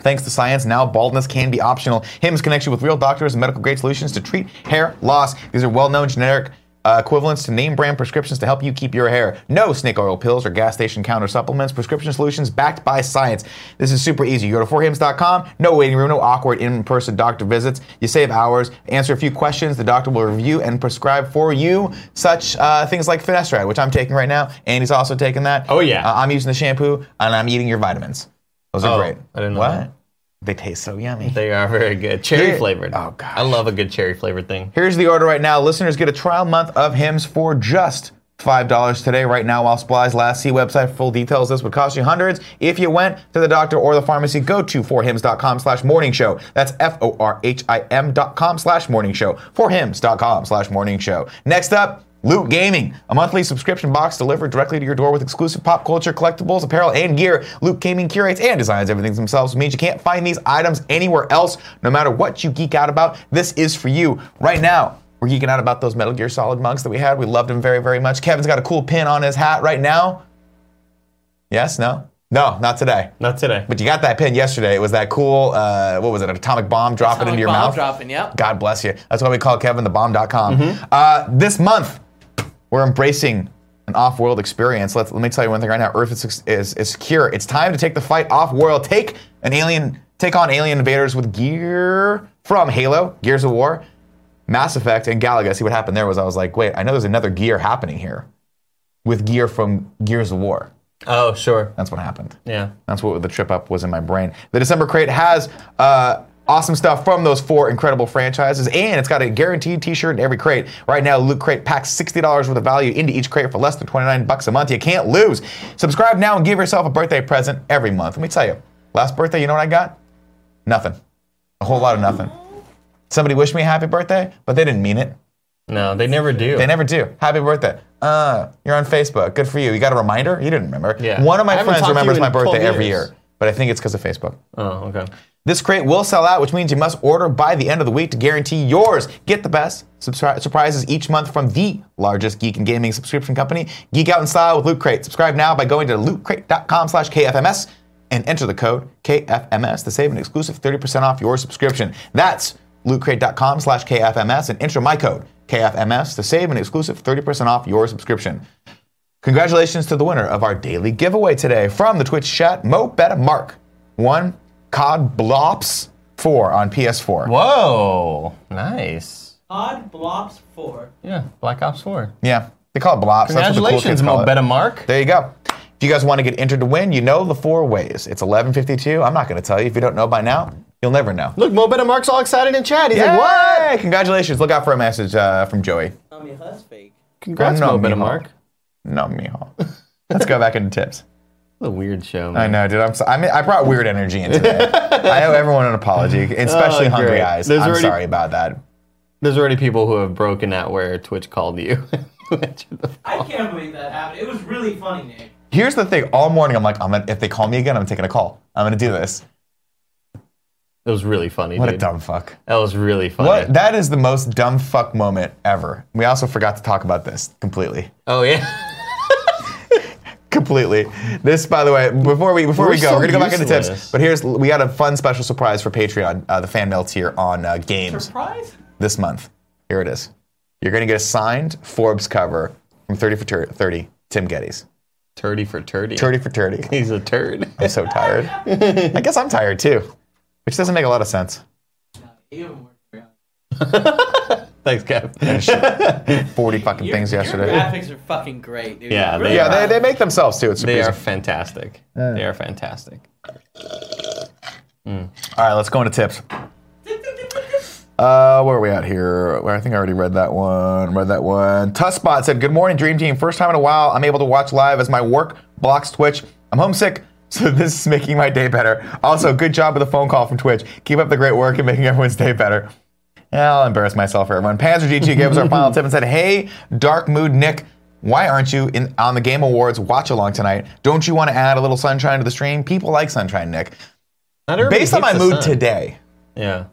[SPEAKER 1] Thanks to science, now baldness can be optional. Hims connects you with real doctors and medical grade solutions to treat hair loss. These are well known generic uh, equivalents to name brand prescriptions to help you keep your hair. No snake oil pills or gas station counter supplements, prescription solutions backed by science. This is super easy. You go to forhims.com, no waiting room, no awkward in person doctor visits. You save hours, answer a few questions, the doctor will review and prescribe for you such uh, things like finasteride, which I'm taking right now. Andy's also taking that.
[SPEAKER 3] Oh, yeah.
[SPEAKER 1] Uh, I'm using the shampoo, and I'm eating your vitamins. Those are
[SPEAKER 3] Oh,
[SPEAKER 1] great.
[SPEAKER 3] I didn't know
[SPEAKER 1] What?
[SPEAKER 3] that.
[SPEAKER 1] They taste so yummy.
[SPEAKER 3] They are very good. Cherry
[SPEAKER 1] Here-
[SPEAKER 3] flavored.
[SPEAKER 1] oh, gosh.
[SPEAKER 3] I love a good cherry flavored thing.
[SPEAKER 1] Here's the order right now. Listeners get a trial month of Hims for just $5 today right now while supplies last. See website for full details. This would cost you hundreds. If you went to the doctor or the pharmacy, go to forhims.com slash morning show. That's F-O-R-H-I-M dot com slash morning show. Forhims.com slash morning show. Next up, Loot Gaming, a monthly subscription box delivered directly to your door with exclusive pop culture, collectibles, apparel, and gear. Loot Gaming curates and designs everything themselves, which means you can't find these items anywhere else. No matter what you geek out about, this is for you. Right now, we're geeking out about those Metal Gear Solid mugs that we had. We loved them very, very much. Kevin's got a cool pin on his hat right now. Yes? No? No, not today.
[SPEAKER 3] Not today.
[SPEAKER 1] But you got that pin yesterday. It was that cool, uh, what was it, an atomic bomb dropping
[SPEAKER 2] Atomic
[SPEAKER 1] into your
[SPEAKER 2] bomb
[SPEAKER 1] mouth?
[SPEAKER 2] dropping, yep.
[SPEAKER 1] God bless you. That's why we call Kevin the bomb.com. Uh, this month, we're embracing an off-world experience. Let, let me tell you one thing right now. Earth is, is, is secure. It's time to take the fight off-world. Take an alien, take on alien invaders with gear from Halo, Gears of War, Mass Effect, and Galaga. See what happened there was I was like, wait, I know there's another gear happening here with gear from Gears of War.
[SPEAKER 3] Oh, sure.
[SPEAKER 1] That's what happened.
[SPEAKER 3] Yeah.
[SPEAKER 1] That's what the trip up was in my brain. The December crate has uh, awesome stuff from those four incredible franchises, and it's got a guaranteed T-shirt in every crate. Right now, Loot Crate packs sixty dollars worth of value into each crate for less than twenty-nine bucks a month. You can't lose. Subscribe now and give yourself a birthday present every month. Let me tell you, last birthday, you know what I got? Nothing. A whole lot of nothing. Somebody wished me a happy birthday, but they didn't mean it.
[SPEAKER 3] No, they never do.
[SPEAKER 1] They never do. Happy birthday. Uh, you're on Facebook. Good for you. You got a reminder? You didn't remember.
[SPEAKER 3] Yeah.
[SPEAKER 1] One of
[SPEAKER 3] I
[SPEAKER 1] my
[SPEAKER 3] haven't
[SPEAKER 1] friends
[SPEAKER 3] talked to you
[SPEAKER 1] remembers
[SPEAKER 3] in
[SPEAKER 1] my birthday
[SPEAKER 3] 12
[SPEAKER 1] every
[SPEAKER 3] years.
[SPEAKER 1] year, but I think it's because of Facebook.
[SPEAKER 3] oh, okay.
[SPEAKER 1] This crate will sell out, which means you must order by the end of the week to guarantee yours. Get the best subscri- surprises each month from the largest geek and gaming subscription company, Geek Out in Style with Loot Crate. Subscribe now by going to lootcrate.com slash KFMS and enter the code KFMS to save an exclusive 30% off your subscription. That's lootcrate.com slash KFMS and enter my code KFMS to save an exclusive 30% off your subscription. Congratulations to the winner of our daily giveaway today from the Twitch chat, Mo Beta Mark. One, COD Blops 4 on PS4.
[SPEAKER 3] Whoa. Nice.
[SPEAKER 2] Odd Blops 4.
[SPEAKER 3] Yeah. Black Ops 4.
[SPEAKER 1] Yeah, they call it Blops. That's what the cool
[SPEAKER 3] Congratulations,
[SPEAKER 1] kids call
[SPEAKER 3] Mo
[SPEAKER 1] it.
[SPEAKER 3] Betta Mark.
[SPEAKER 1] There you go. If you guys want to get entered to win, you know the four ways. It's 11:52. I'm not going to tell you. If you don't know by now, you'll never know.
[SPEAKER 3] Look, Mo Betta Mark's all excited in chat. He's
[SPEAKER 1] Yay!
[SPEAKER 3] like, what?
[SPEAKER 1] Congratulations. Look out for a message uh, from Joey.
[SPEAKER 2] Tell me how that's fake.
[SPEAKER 3] Congrats,
[SPEAKER 1] Oh, no,
[SPEAKER 3] Mo Betta
[SPEAKER 1] Mihal.
[SPEAKER 3] Mark.
[SPEAKER 1] No, mijo. Let's go back into tips.
[SPEAKER 3] What a weird show,
[SPEAKER 1] I
[SPEAKER 3] man.
[SPEAKER 1] know, dude. I'm so, I, mean, I brought weird energy into that. I owe everyone an apology, especially
[SPEAKER 3] Oh,
[SPEAKER 1] Hungry
[SPEAKER 3] great.
[SPEAKER 1] Eyes.
[SPEAKER 3] There's
[SPEAKER 1] I'm
[SPEAKER 3] already-
[SPEAKER 1] sorry about that.
[SPEAKER 3] There's already people who have broken out where Twitch called you.
[SPEAKER 2] I can't believe that happened. It was really funny, Nick.
[SPEAKER 1] Here's the thing. All morning, I'm like, I'm gonna, if they call me again, I'm taking a call. I'm gonna do this.
[SPEAKER 3] That was really funny.
[SPEAKER 1] What a
[SPEAKER 3] dude.
[SPEAKER 1] dumb fuck.
[SPEAKER 3] That was really funny.
[SPEAKER 1] What? That is the most dumb fuck moment ever. We also forgot to talk about this completely.
[SPEAKER 3] oh yeah.
[SPEAKER 1] completely. This, by the way, before we before
[SPEAKER 3] We're
[SPEAKER 1] we go,
[SPEAKER 3] so
[SPEAKER 1] we're gonna go back into
[SPEAKER 3] useless.
[SPEAKER 1] tips. But here's we got a fun special surprise for Patreon, uh, the fan mail tier on uh, games
[SPEAKER 2] Surprise?
[SPEAKER 1] this month. Here it is. You're gonna get a signed Forbes cover from 30 for tur- 30, Tim Geddes.
[SPEAKER 3] Turdy for turdy.
[SPEAKER 1] 30 for 30.
[SPEAKER 3] He's a turd.
[SPEAKER 1] I'm so tired. I guess I'm tired too, which doesn't make a lot of sense.
[SPEAKER 2] Even more.
[SPEAKER 3] Thanks, Kev.
[SPEAKER 1] 40 fucking
[SPEAKER 2] Your,
[SPEAKER 1] things
[SPEAKER 2] your
[SPEAKER 1] yesterday.
[SPEAKER 2] graphics are fucking great, dude.
[SPEAKER 3] Yeah,
[SPEAKER 2] Really
[SPEAKER 3] they
[SPEAKER 1] Yeah,
[SPEAKER 3] are.
[SPEAKER 1] they, they make themselves too. It's a
[SPEAKER 3] They
[SPEAKER 1] piece
[SPEAKER 3] are
[SPEAKER 1] of-
[SPEAKER 3] fantastic. They are fantastic.
[SPEAKER 1] All right, let's go into tips. Uh, where are we at here? Well, I think I already read that one. Read that one. Tussbot said, "Good morning, Dream Team. First time in a while, I'm able to watch live as my work blocks Twitch. I'm homesick, so this is making my day better. Also, good job with the phone call from Twitch. Keep up the great work and making everyone's day better." Yeah, I'll embarrass myself for everyone. Panzer GT gave us our final tip and said, "Hey, Dark Mood Nick, why aren't you in on the Game Awards watch along tonight? Don't you want to add a little sunshine to the stream? People like sunshine, Nick.
[SPEAKER 3] Not everybody
[SPEAKER 1] Based on my
[SPEAKER 3] hates the
[SPEAKER 1] mood
[SPEAKER 3] sun.
[SPEAKER 1] today."
[SPEAKER 3] Yeah.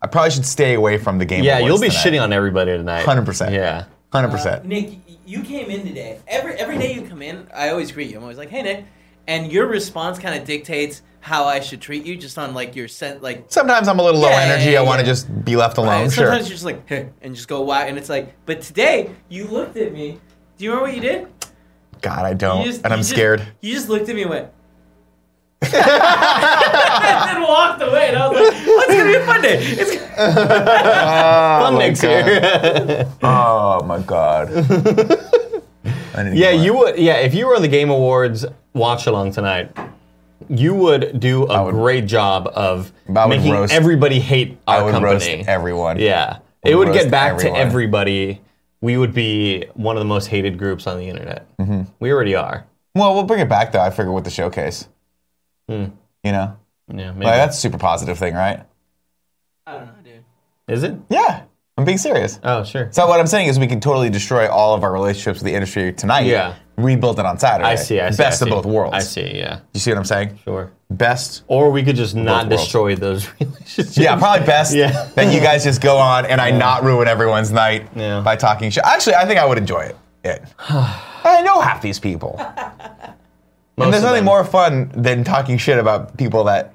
[SPEAKER 1] I probably should stay away from the game.
[SPEAKER 3] Yeah, you'll be shitting on everybody tonight.
[SPEAKER 1] 100%.
[SPEAKER 3] Yeah.
[SPEAKER 1] Hundred
[SPEAKER 2] Uh,
[SPEAKER 1] percent.
[SPEAKER 2] Nick, y- you came in today. Every every day you come in, I always greet you. I'm always like, "Hey, Nick," and your response kind of dictates how I should treat you, just on like your scent. Like
[SPEAKER 1] Sometimes I'm a little low
[SPEAKER 2] Yeah,
[SPEAKER 1] energy.
[SPEAKER 2] yeah,
[SPEAKER 1] I want to
[SPEAKER 2] yeah.
[SPEAKER 1] just be left alone.
[SPEAKER 3] Oh,
[SPEAKER 2] and
[SPEAKER 1] Sure.
[SPEAKER 2] sometimes you're just like, "Hey," and just go wild. And it's like, but today you looked at me. Do you remember what you did?
[SPEAKER 1] God, I don't,
[SPEAKER 2] You just-
[SPEAKER 1] and
[SPEAKER 2] you
[SPEAKER 1] I'm
[SPEAKER 2] just-
[SPEAKER 1] scared.
[SPEAKER 2] You just looked at me and went. and then walked away, and I was like, oh, "It's gonna be a fun day." It's gonna-
[SPEAKER 1] Oh,
[SPEAKER 3] Fun next year.
[SPEAKER 1] oh my god. I need to
[SPEAKER 3] yeah,
[SPEAKER 1] get
[SPEAKER 3] you
[SPEAKER 1] one.
[SPEAKER 3] would. Yeah, if you were on the Game Awards watch along tonight, you would do a
[SPEAKER 1] would-
[SPEAKER 3] great job of
[SPEAKER 1] I would
[SPEAKER 3] making
[SPEAKER 1] roast-
[SPEAKER 3] everybody hate our
[SPEAKER 1] I would roast
[SPEAKER 3] company.
[SPEAKER 1] everyone.
[SPEAKER 3] Yeah,
[SPEAKER 1] I
[SPEAKER 3] it
[SPEAKER 1] would
[SPEAKER 3] would get
[SPEAKER 1] roast
[SPEAKER 3] back to
[SPEAKER 1] everyone.
[SPEAKER 3] everybody. We would be one of the most hated groups on the internet.
[SPEAKER 1] Mm-hmm.
[SPEAKER 3] We already are.
[SPEAKER 1] Well, we'll bring it back though. I figure with the showcase. You know,
[SPEAKER 3] Yeah, Hmm. maybe.
[SPEAKER 1] like, that's a super positive thing, right?
[SPEAKER 2] I don't know, dude.
[SPEAKER 3] Is it?
[SPEAKER 1] Yeah, I'm being serious.
[SPEAKER 3] Oh, sure.
[SPEAKER 1] So what I'm saying is we can totally destroy all of our relationships with the industry tonight.
[SPEAKER 3] Yeah.
[SPEAKER 1] Rebuild it on Saturday.
[SPEAKER 3] I see. I see.
[SPEAKER 1] Best
[SPEAKER 3] I
[SPEAKER 1] of
[SPEAKER 3] see.
[SPEAKER 1] both worlds.
[SPEAKER 3] I see. Yeah.
[SPEAKER 1] You see what I'm saying?
[SPEAKER 3] Sure.
[SPEAKER 1] Best
[SPEAKER 3] Or we could just not
[SPEAKER 1] worlds.
[SPEAKER 3] destroy those relationships.
[SPEAKER 1] Yeah, probably best
[SPEAKER 3] Yeah.
[SPEAKER 1] that you guys just go on and I not ruin everyone's night
[SPEAKER 3] Yeah.
[SPEAKER 1] by talking shit. Actually, I think I would enjoy it. it. I know half these people.
[SPEAKER 3] Most
[SPEAKER 1] and there's
[SPEAKER 3] of
[SPEAKER 1] nothing
[SPEAKER 3] them.
[SPEAKER 1] more fun than talking shit about people that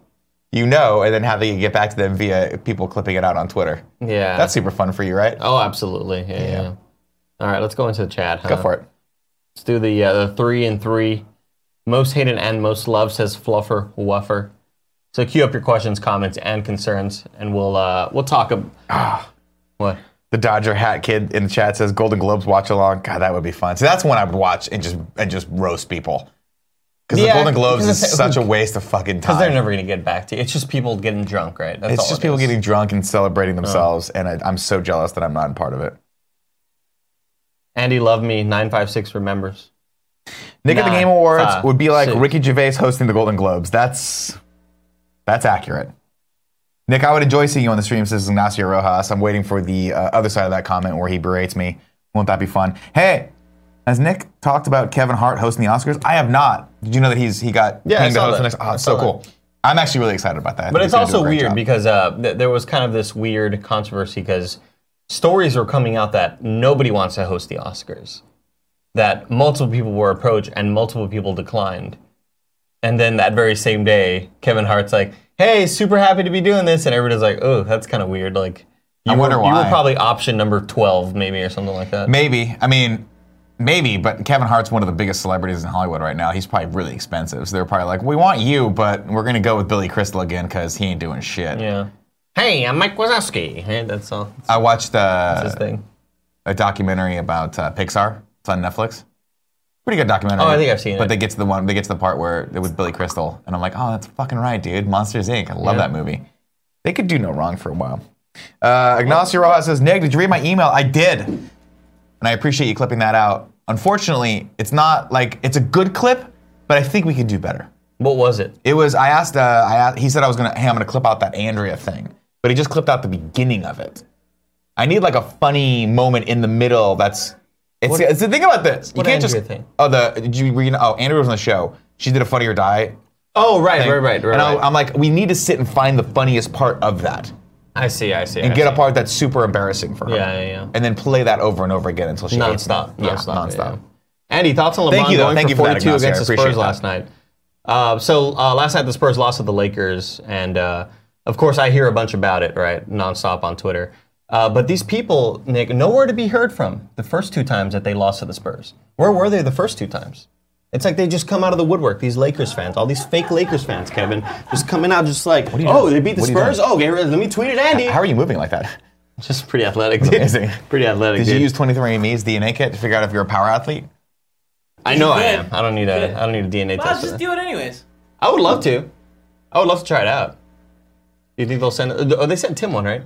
[SPEAKER 1] you know and then having to get back to them via people clipping it out on Twitter.
[SPEAKER 3] Yeah.
[SPEAKER 1] That's super fun for you, right?
[SPEAKER 3] Oh, absolutely. Yeah. yeah. yeah. All right, let's go into the chat.
[SPEAKER 1] Go
[SPEAKER 3] huh?
[SPEAKER 1] for it.
[SPEAKER 3] Let's do the uh, the three and three. Most hated and most loved says Fluffer Wuffer. So queue up your questions, comments, and concerns, and we'll uh, we'll talk. Ab- Ah. what?
[SPEAKER 1] The Dodger hat kid in the chat says Golden Globes watch along. God, that would be fun. So that's one I would watch and just and just roast people. Because
[SPEAKER 3] Yeah,
[SPEAKER 1] the Golden Globes
[SPEAKER 3] because
[SPEAKER 1] is
[SPEAKER 3] it's-
[SPEAKER 1] such a waste of fucking time.
[SPEAKER 3] Because they're never gonna get back to you. It's just people getting drunk, right? That's
[SPEAKER 1] It's
[SPEAKER 3] all
[SPEAKER 1] just
[SPEAKER 3] it
[SPEAKER 1] people
[SPEAKER 3] is.
[SPEAKER 1] getting drunk and celebrating themselves, and I, I'm so jealous that I'm not a part of it.
[SPEAKER 3] Andy Love Me nine five six remembers.
[SPEAKER 1] Nick at the
[SPEAKER 3] Nah,
[SPEAKER 1] Game Awards
[SPEAKER 3] fuck,
[SPEAKER 1] would be like
[SPEAKER 3] shit.
[SPEAKER 1] Ricky Gervais hosting the Golden Globes. That's that's accurate. Nick, I would enjoy seeing you on the stream. This is Ignacio Rojas. I'm waiting for the uh, other side of that comment where he berates me. Won't that be fun? Hey, has Nick talked about Kevin Hart hosting the Oscars? I have not. Did you know that he's he got
[SPEAKER 3] Yeah, I
[SPEAKER 1] pinged to
[SPEAKER 3] saw
[SPEAKER 1] host the
[SPEAKER 3] that.
[SPEAKER 1] next? Oh,
[SPEAKER 3] I
[SPEAKER 1] it's so
[SPEAKER 3] saw
[SPEAKER 1] cool. I'm actually really excited about that. I think
[SPEAKER 3] But
[SPEAKER 1] he's
[SPEAKER 3] it's
[SPEAKER 1] gonna do a
[SPEAKER 3] also
[SPEAKER 1] great
[SPEAKER 3] weird
[SPEAKER 1] job.
[SPEAKER 3] because uh, th- there was kind of this weird controversy because stories were coming out that nobody wants to host the Oscars, that multiple people were approached and multiple people declined, and then that very same day, Kevin Hart's like, "Hey, super happy to be doing this," and everybody's like, "Oh, that's kind of weird." Like, you
[SPEAKER 1] I wonder
[SPEAKER 3] were, You
[SPEAKER 1] why.
[SPEAKER 3] were probably option number twelve, maybe, or something like that.
[SPEAKER 1] Maybe. I mean, maybe, but Kevin Hart's one of the biggest celebrities in Hollywood right now. He's probably really expensive. So they're probably like, we want you, but we're going to go with Billy Crystal again because he ain't doing shit.
[SPEAKER 3] Yeah. Hey, I'm Mike Wazowski. Hey, that's all. That's
[SPEAKER 1] I watched
[SPEAKER 3] his
[SPEAKER 1] uh,
[SPEAKER 3] thing.
[SPEAKER 1] a documentary about uh, Pixar. It's on Netflix. Pretty good documentary.
[SPEAKER 3] Oh, I think I've seen
[SPEAKER 1] but
[SPEAKER 3] it.
[SPEAKER 1] they get to the one, they get to the part where it was Billy Crystal, and I'm like, oh, that's fucking right, dude. Monsters Inc. I love
[SPEAKER 3] Yeah.
[SPEAKER 1] that movie. They could do no wrong for a while. Uh, Ignacio Rojas says, Nick, did you read my email? I did, and I appreciate you clipping that out. Unfortunately, it's not like it's a good clip, but I think we could do better.
[SPEAKER 3] What was it?
[SPEAKER 1] It was I asked. Uh, I asked, he said I was gonna. Hey, I'm gonna clip out that Andrea thing, but he just clipped out the beginning of it. I need like a funny moment in the middle that's It's,
[SPEAKER 9] What-
[SPEAKER 1] it's the thing about this. You
[SPEAKER 9] what
[SPEAKER 1] can't
[SPEAKER 9] Andrea
[SPEAKER 1] just.
[SPEAKER 9] thing?
[SPEAKER 1] Oh, the did you read? Oh, Andrea was on the show. She did a Funny or Die.
[SPEAKER 3] Oh, right,
[SPEAKER 1] thing.
[SPEAKER 3] right, right, right.
[SPEAKER 1] And I,
[SPEAKER 3] right.
[SPEAKER 1] I'm like, we need to sit and find the funniest part of that,
[SPEAKER 9] I see. I see.
[SPEAKER 1] and
[SPEAKER 9] I
[SPEAKER 1] get
[SPEAKER 9] see.
[SPEAKER 1] a part that's super embarrassing for her.
[SPEAKER 9] Yeah, yeah, yeah.
[SPEAKER 1] And then play that over and over again until she hates it.
[SPEAKER 9] Nonstop,
[SPEAKER 1] Yeah,
[SPEAKER 9] nonstop, yeah.
[SPEAKER 1] nonstop.
[SPEAKER 3] Andy, thoughts on LeBron
[SPEAKER 1] Thank you, though.
[SPEAKER 3] going
[SPEAKER 1] Thank
[SPEAKER 3] for
[SPEAKER 1] you for that,
[SPEAKER 3] 42
[SPEAKER 1] Ignacio. I
[SPEAKER 3] against the
[SPEAKER 1] appreciate
[SPEAKER 3] Spurs last night? Uh, so uh, last night the Spurs lost to the Lakers, and uh, of course I hear a bunch about it, right, nonstop on Twitter. Uh, but these people, Nick, nowhere to be heard from the first two times that they lost to the Spurs. Where were they the first two times? It's like they just come out of the woodwork. These Lakers fans, all these fake Lakers fans, Kevin, just coming out, just like,
[SPEAKER 1] are you
[SPEAKER 3] oh,
[SPEAKER 1] doing?
[SPEAKER 3] they beat the
[SPEAKER 1] What are you
[SPEAKER 3] Spurs.
[SPEAKER 1] doing?
[SPEAKER 3] Oh, okay, let me tweet it, Andy.
[SPEAKER 1] How are you moving like that?
[SPEAKER 3] Just pretty athletic, dude.
[SPEAKER 1] Amazing.
[SPEAKER 3] pretty athletic.
[SPEAKER 1] Did you
[SPEAKER 3] dude.
[SPEAKER 1] use 23andMe's DNA kit to figure out if you're a power athlete?
[SPEAKER 3] I know I
[SPEAKER 2] Good.
[SPEAKER 3] am. I don't need
[SPEAKER 2] Good.
[SPEAKER 3] a. I don't need a DNA
[SPEAKER 2] Well,
[SPEAKER 3] test.
[SPEAKER 2] I'll
[SPEAKER 3] for
[SPEAKER 2] just
[SPEAKER 3] that.
[SPEAKER 2] do it anyways.
[SPEAKER 3] I would love to. I would love to try it out. You think they'll send? Oh, they sent Tim one, right?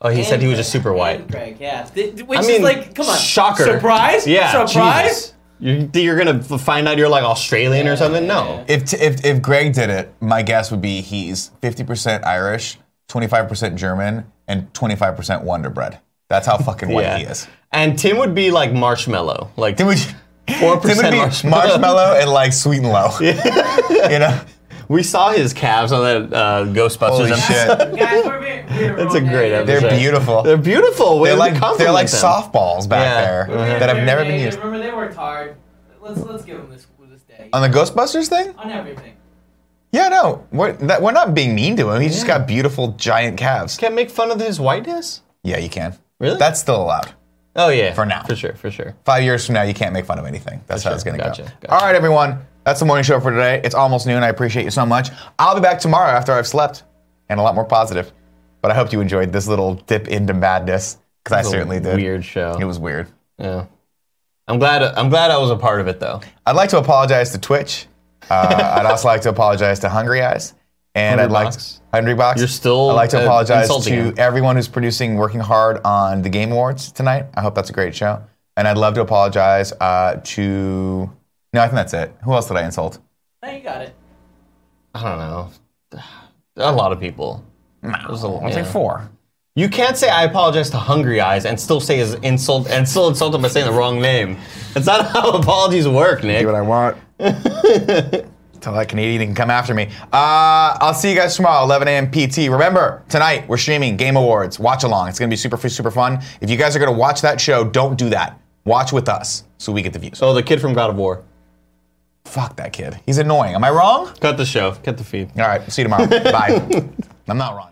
[SPEAKER 3] Oh, he said he was just super white.
[SPEAKER 2] And Craig, yeah. Th- th- Which
[SPEAKER 3] I mean,
[SPEAKER 2] is like, come on.
[SPEAKER 3] shocker.
[SPEAKER 2] Surprise?
[SPEAKER 3] Yeah,
[SPEAKER 2] Surprise?
[SPEAKER 3] Jesus. You, are gonna f- find out you're like Australian or something? No.
[SPEAKER 1] If, t- if if Greg did it, my guess would be he's 50% Irish, 25% German, and 25% Wonder Bread. That's how fucking white he is.
[SPEAKER 3] And Tim would be like marshmallow, like
[SPEAKER 1] Tim would,
[SPEAKER 3] four
[SPEAKER 1] Tim would
[SPEAKER 3] percent
[SPEAKER 1] be
[SPEAKER 3] marshmallow.
[SPEAKER 1] marshmallow and like sweet and low. you know?
[SPEAKER 3] We saw his calves on that uh, Ghostbusters.
[SPEAKER 1] Holy
[SPEAKER 3] episode.
[SPEAKER 1] shit.
[SPEAKER 2] Guys, we're being, we're
[SPEAKER 3] That's a
[SPEAKER 2] wrong.
[SPEAKER 3] great
[SPEAKER 2] Yeah,
[SPEAKER 3] episode.
[SPEAKER 1] They're beautiful.
[SPEAKER 3] They're beautiful.
[SPEAKER 1] They're
[SPEAKER 3] Where did
[SPEAKER 1] like
[SPEAKER 3] the compliment
[SPEAKER 1] they're like
[SPEAKER 3] them?
[SPEAKER 1] softballs back
[SPEAKER 3] Yeah.
[SPEAKER 1] there
[SPEAKER 3] Mhm.
[SPEAKER 1] that have never
[SPEAKER 2] Remember,
[SPEAKER 1] been
[SPEAKER 2] they-
[SPEAKER 1] used.
[SPEAKER 2] Remember, they worked hard. Let's let's give them this this day
[SPEAKER 1] On the Ghostbusters thing?
[SPEAKER 2] on everything.
[SPEAKER 1] Yeah, no. We're, that, we're not being mean to him. He's just got beautiful giant calves.
[SPEAKER 3] Can't make fun of his whiteness.
[SPEAKER 1] Yeah, you can.
[SPEAKER 3] Really?
[SPEAKER 1] That's still allowed.
[SPEAKER 3] Oh yeah,
[SPEAKER 1] For now.
[SPEAKER 3] for sure, for sure.
[SPEAKER 1] Five years from now, you can't make fun of anything. That's how it's
[SPEAKER 3] sure.
[SPEAKER 1] going to
[SPEAKER 3] Gotcha,
[SPEAKER 1] go.
[SPEAKER 3] gotcha.
[SPEAKER 1] All right, everyone. That's the morning show for today. It's almost noon. I appreciate you so much. I'll be back tomorrow after I've slept and a lot more positive. But I hope you enjoyed this little dip into madness because I
[SPEAKER 3] was a
[SPEAKER 1] certainly did.
[SPEAKER 3] weird show.
[SPEAKER 1] It was weird.
[SPEAKER 3] Yeah. I'm glad. I'm glad I was a part of it though.
[SPEAKER 1] I'd like to apologize to Twitch. Uh, I'd also like to apologize to Hungry Eyes. And I'd
[SPEAKER 3] Hungry
[SPEAKER 1] like
[SPEAKER 3] Box.
[SPEAKER 1] Hungry Box.
[SPEAKER 3] You're still,
[SPEAKER 1] I'd like to
[SPEAKER 3] uh,
[SPEAKER 1] apologize to
[SPEAKER 3] insulting him.
[SPEAKER 1] everyone who's producing, working hard on the Game Awards tonight. I hope that's a great show. And I'd love to apologize uh, to. No, I think that's it. Who else did I insult?
[SPEAKER 2] Now you got it.
[SPEAKER 3] I don't know. A lot of people. There's a-
[SPEAKER 1] I was
[SPEAKER 3] yeah.
[SPEAKER 1] like four.
[SPEAKER 3] You can't say I apologize to Hungry Eyes and still say his insult and still insult him by saying the wrong name. That's not how apologies work, Nick.
[SPEAKER 1] Do what I want. Tell that Canadian he can come after me. Uh, I'll see you guys tomorrow, 11 a.m. PT. Remember, tonight we're streaming Game Awards. Watch along. It's going to be super, super fun. If you guys are going to watch that show, don't do that. Watch with us so we get the views.
[SPEAKER 3] Oh, the kid from God of War.
[SPEAKER 1] Fuck that kid. He's annoying. Am I wrong?
[SPEAKER 3] Cut the show. Cut the feed.
[SPEAKER 1] All right. See you tomorrow. Bye. I'm not wrong.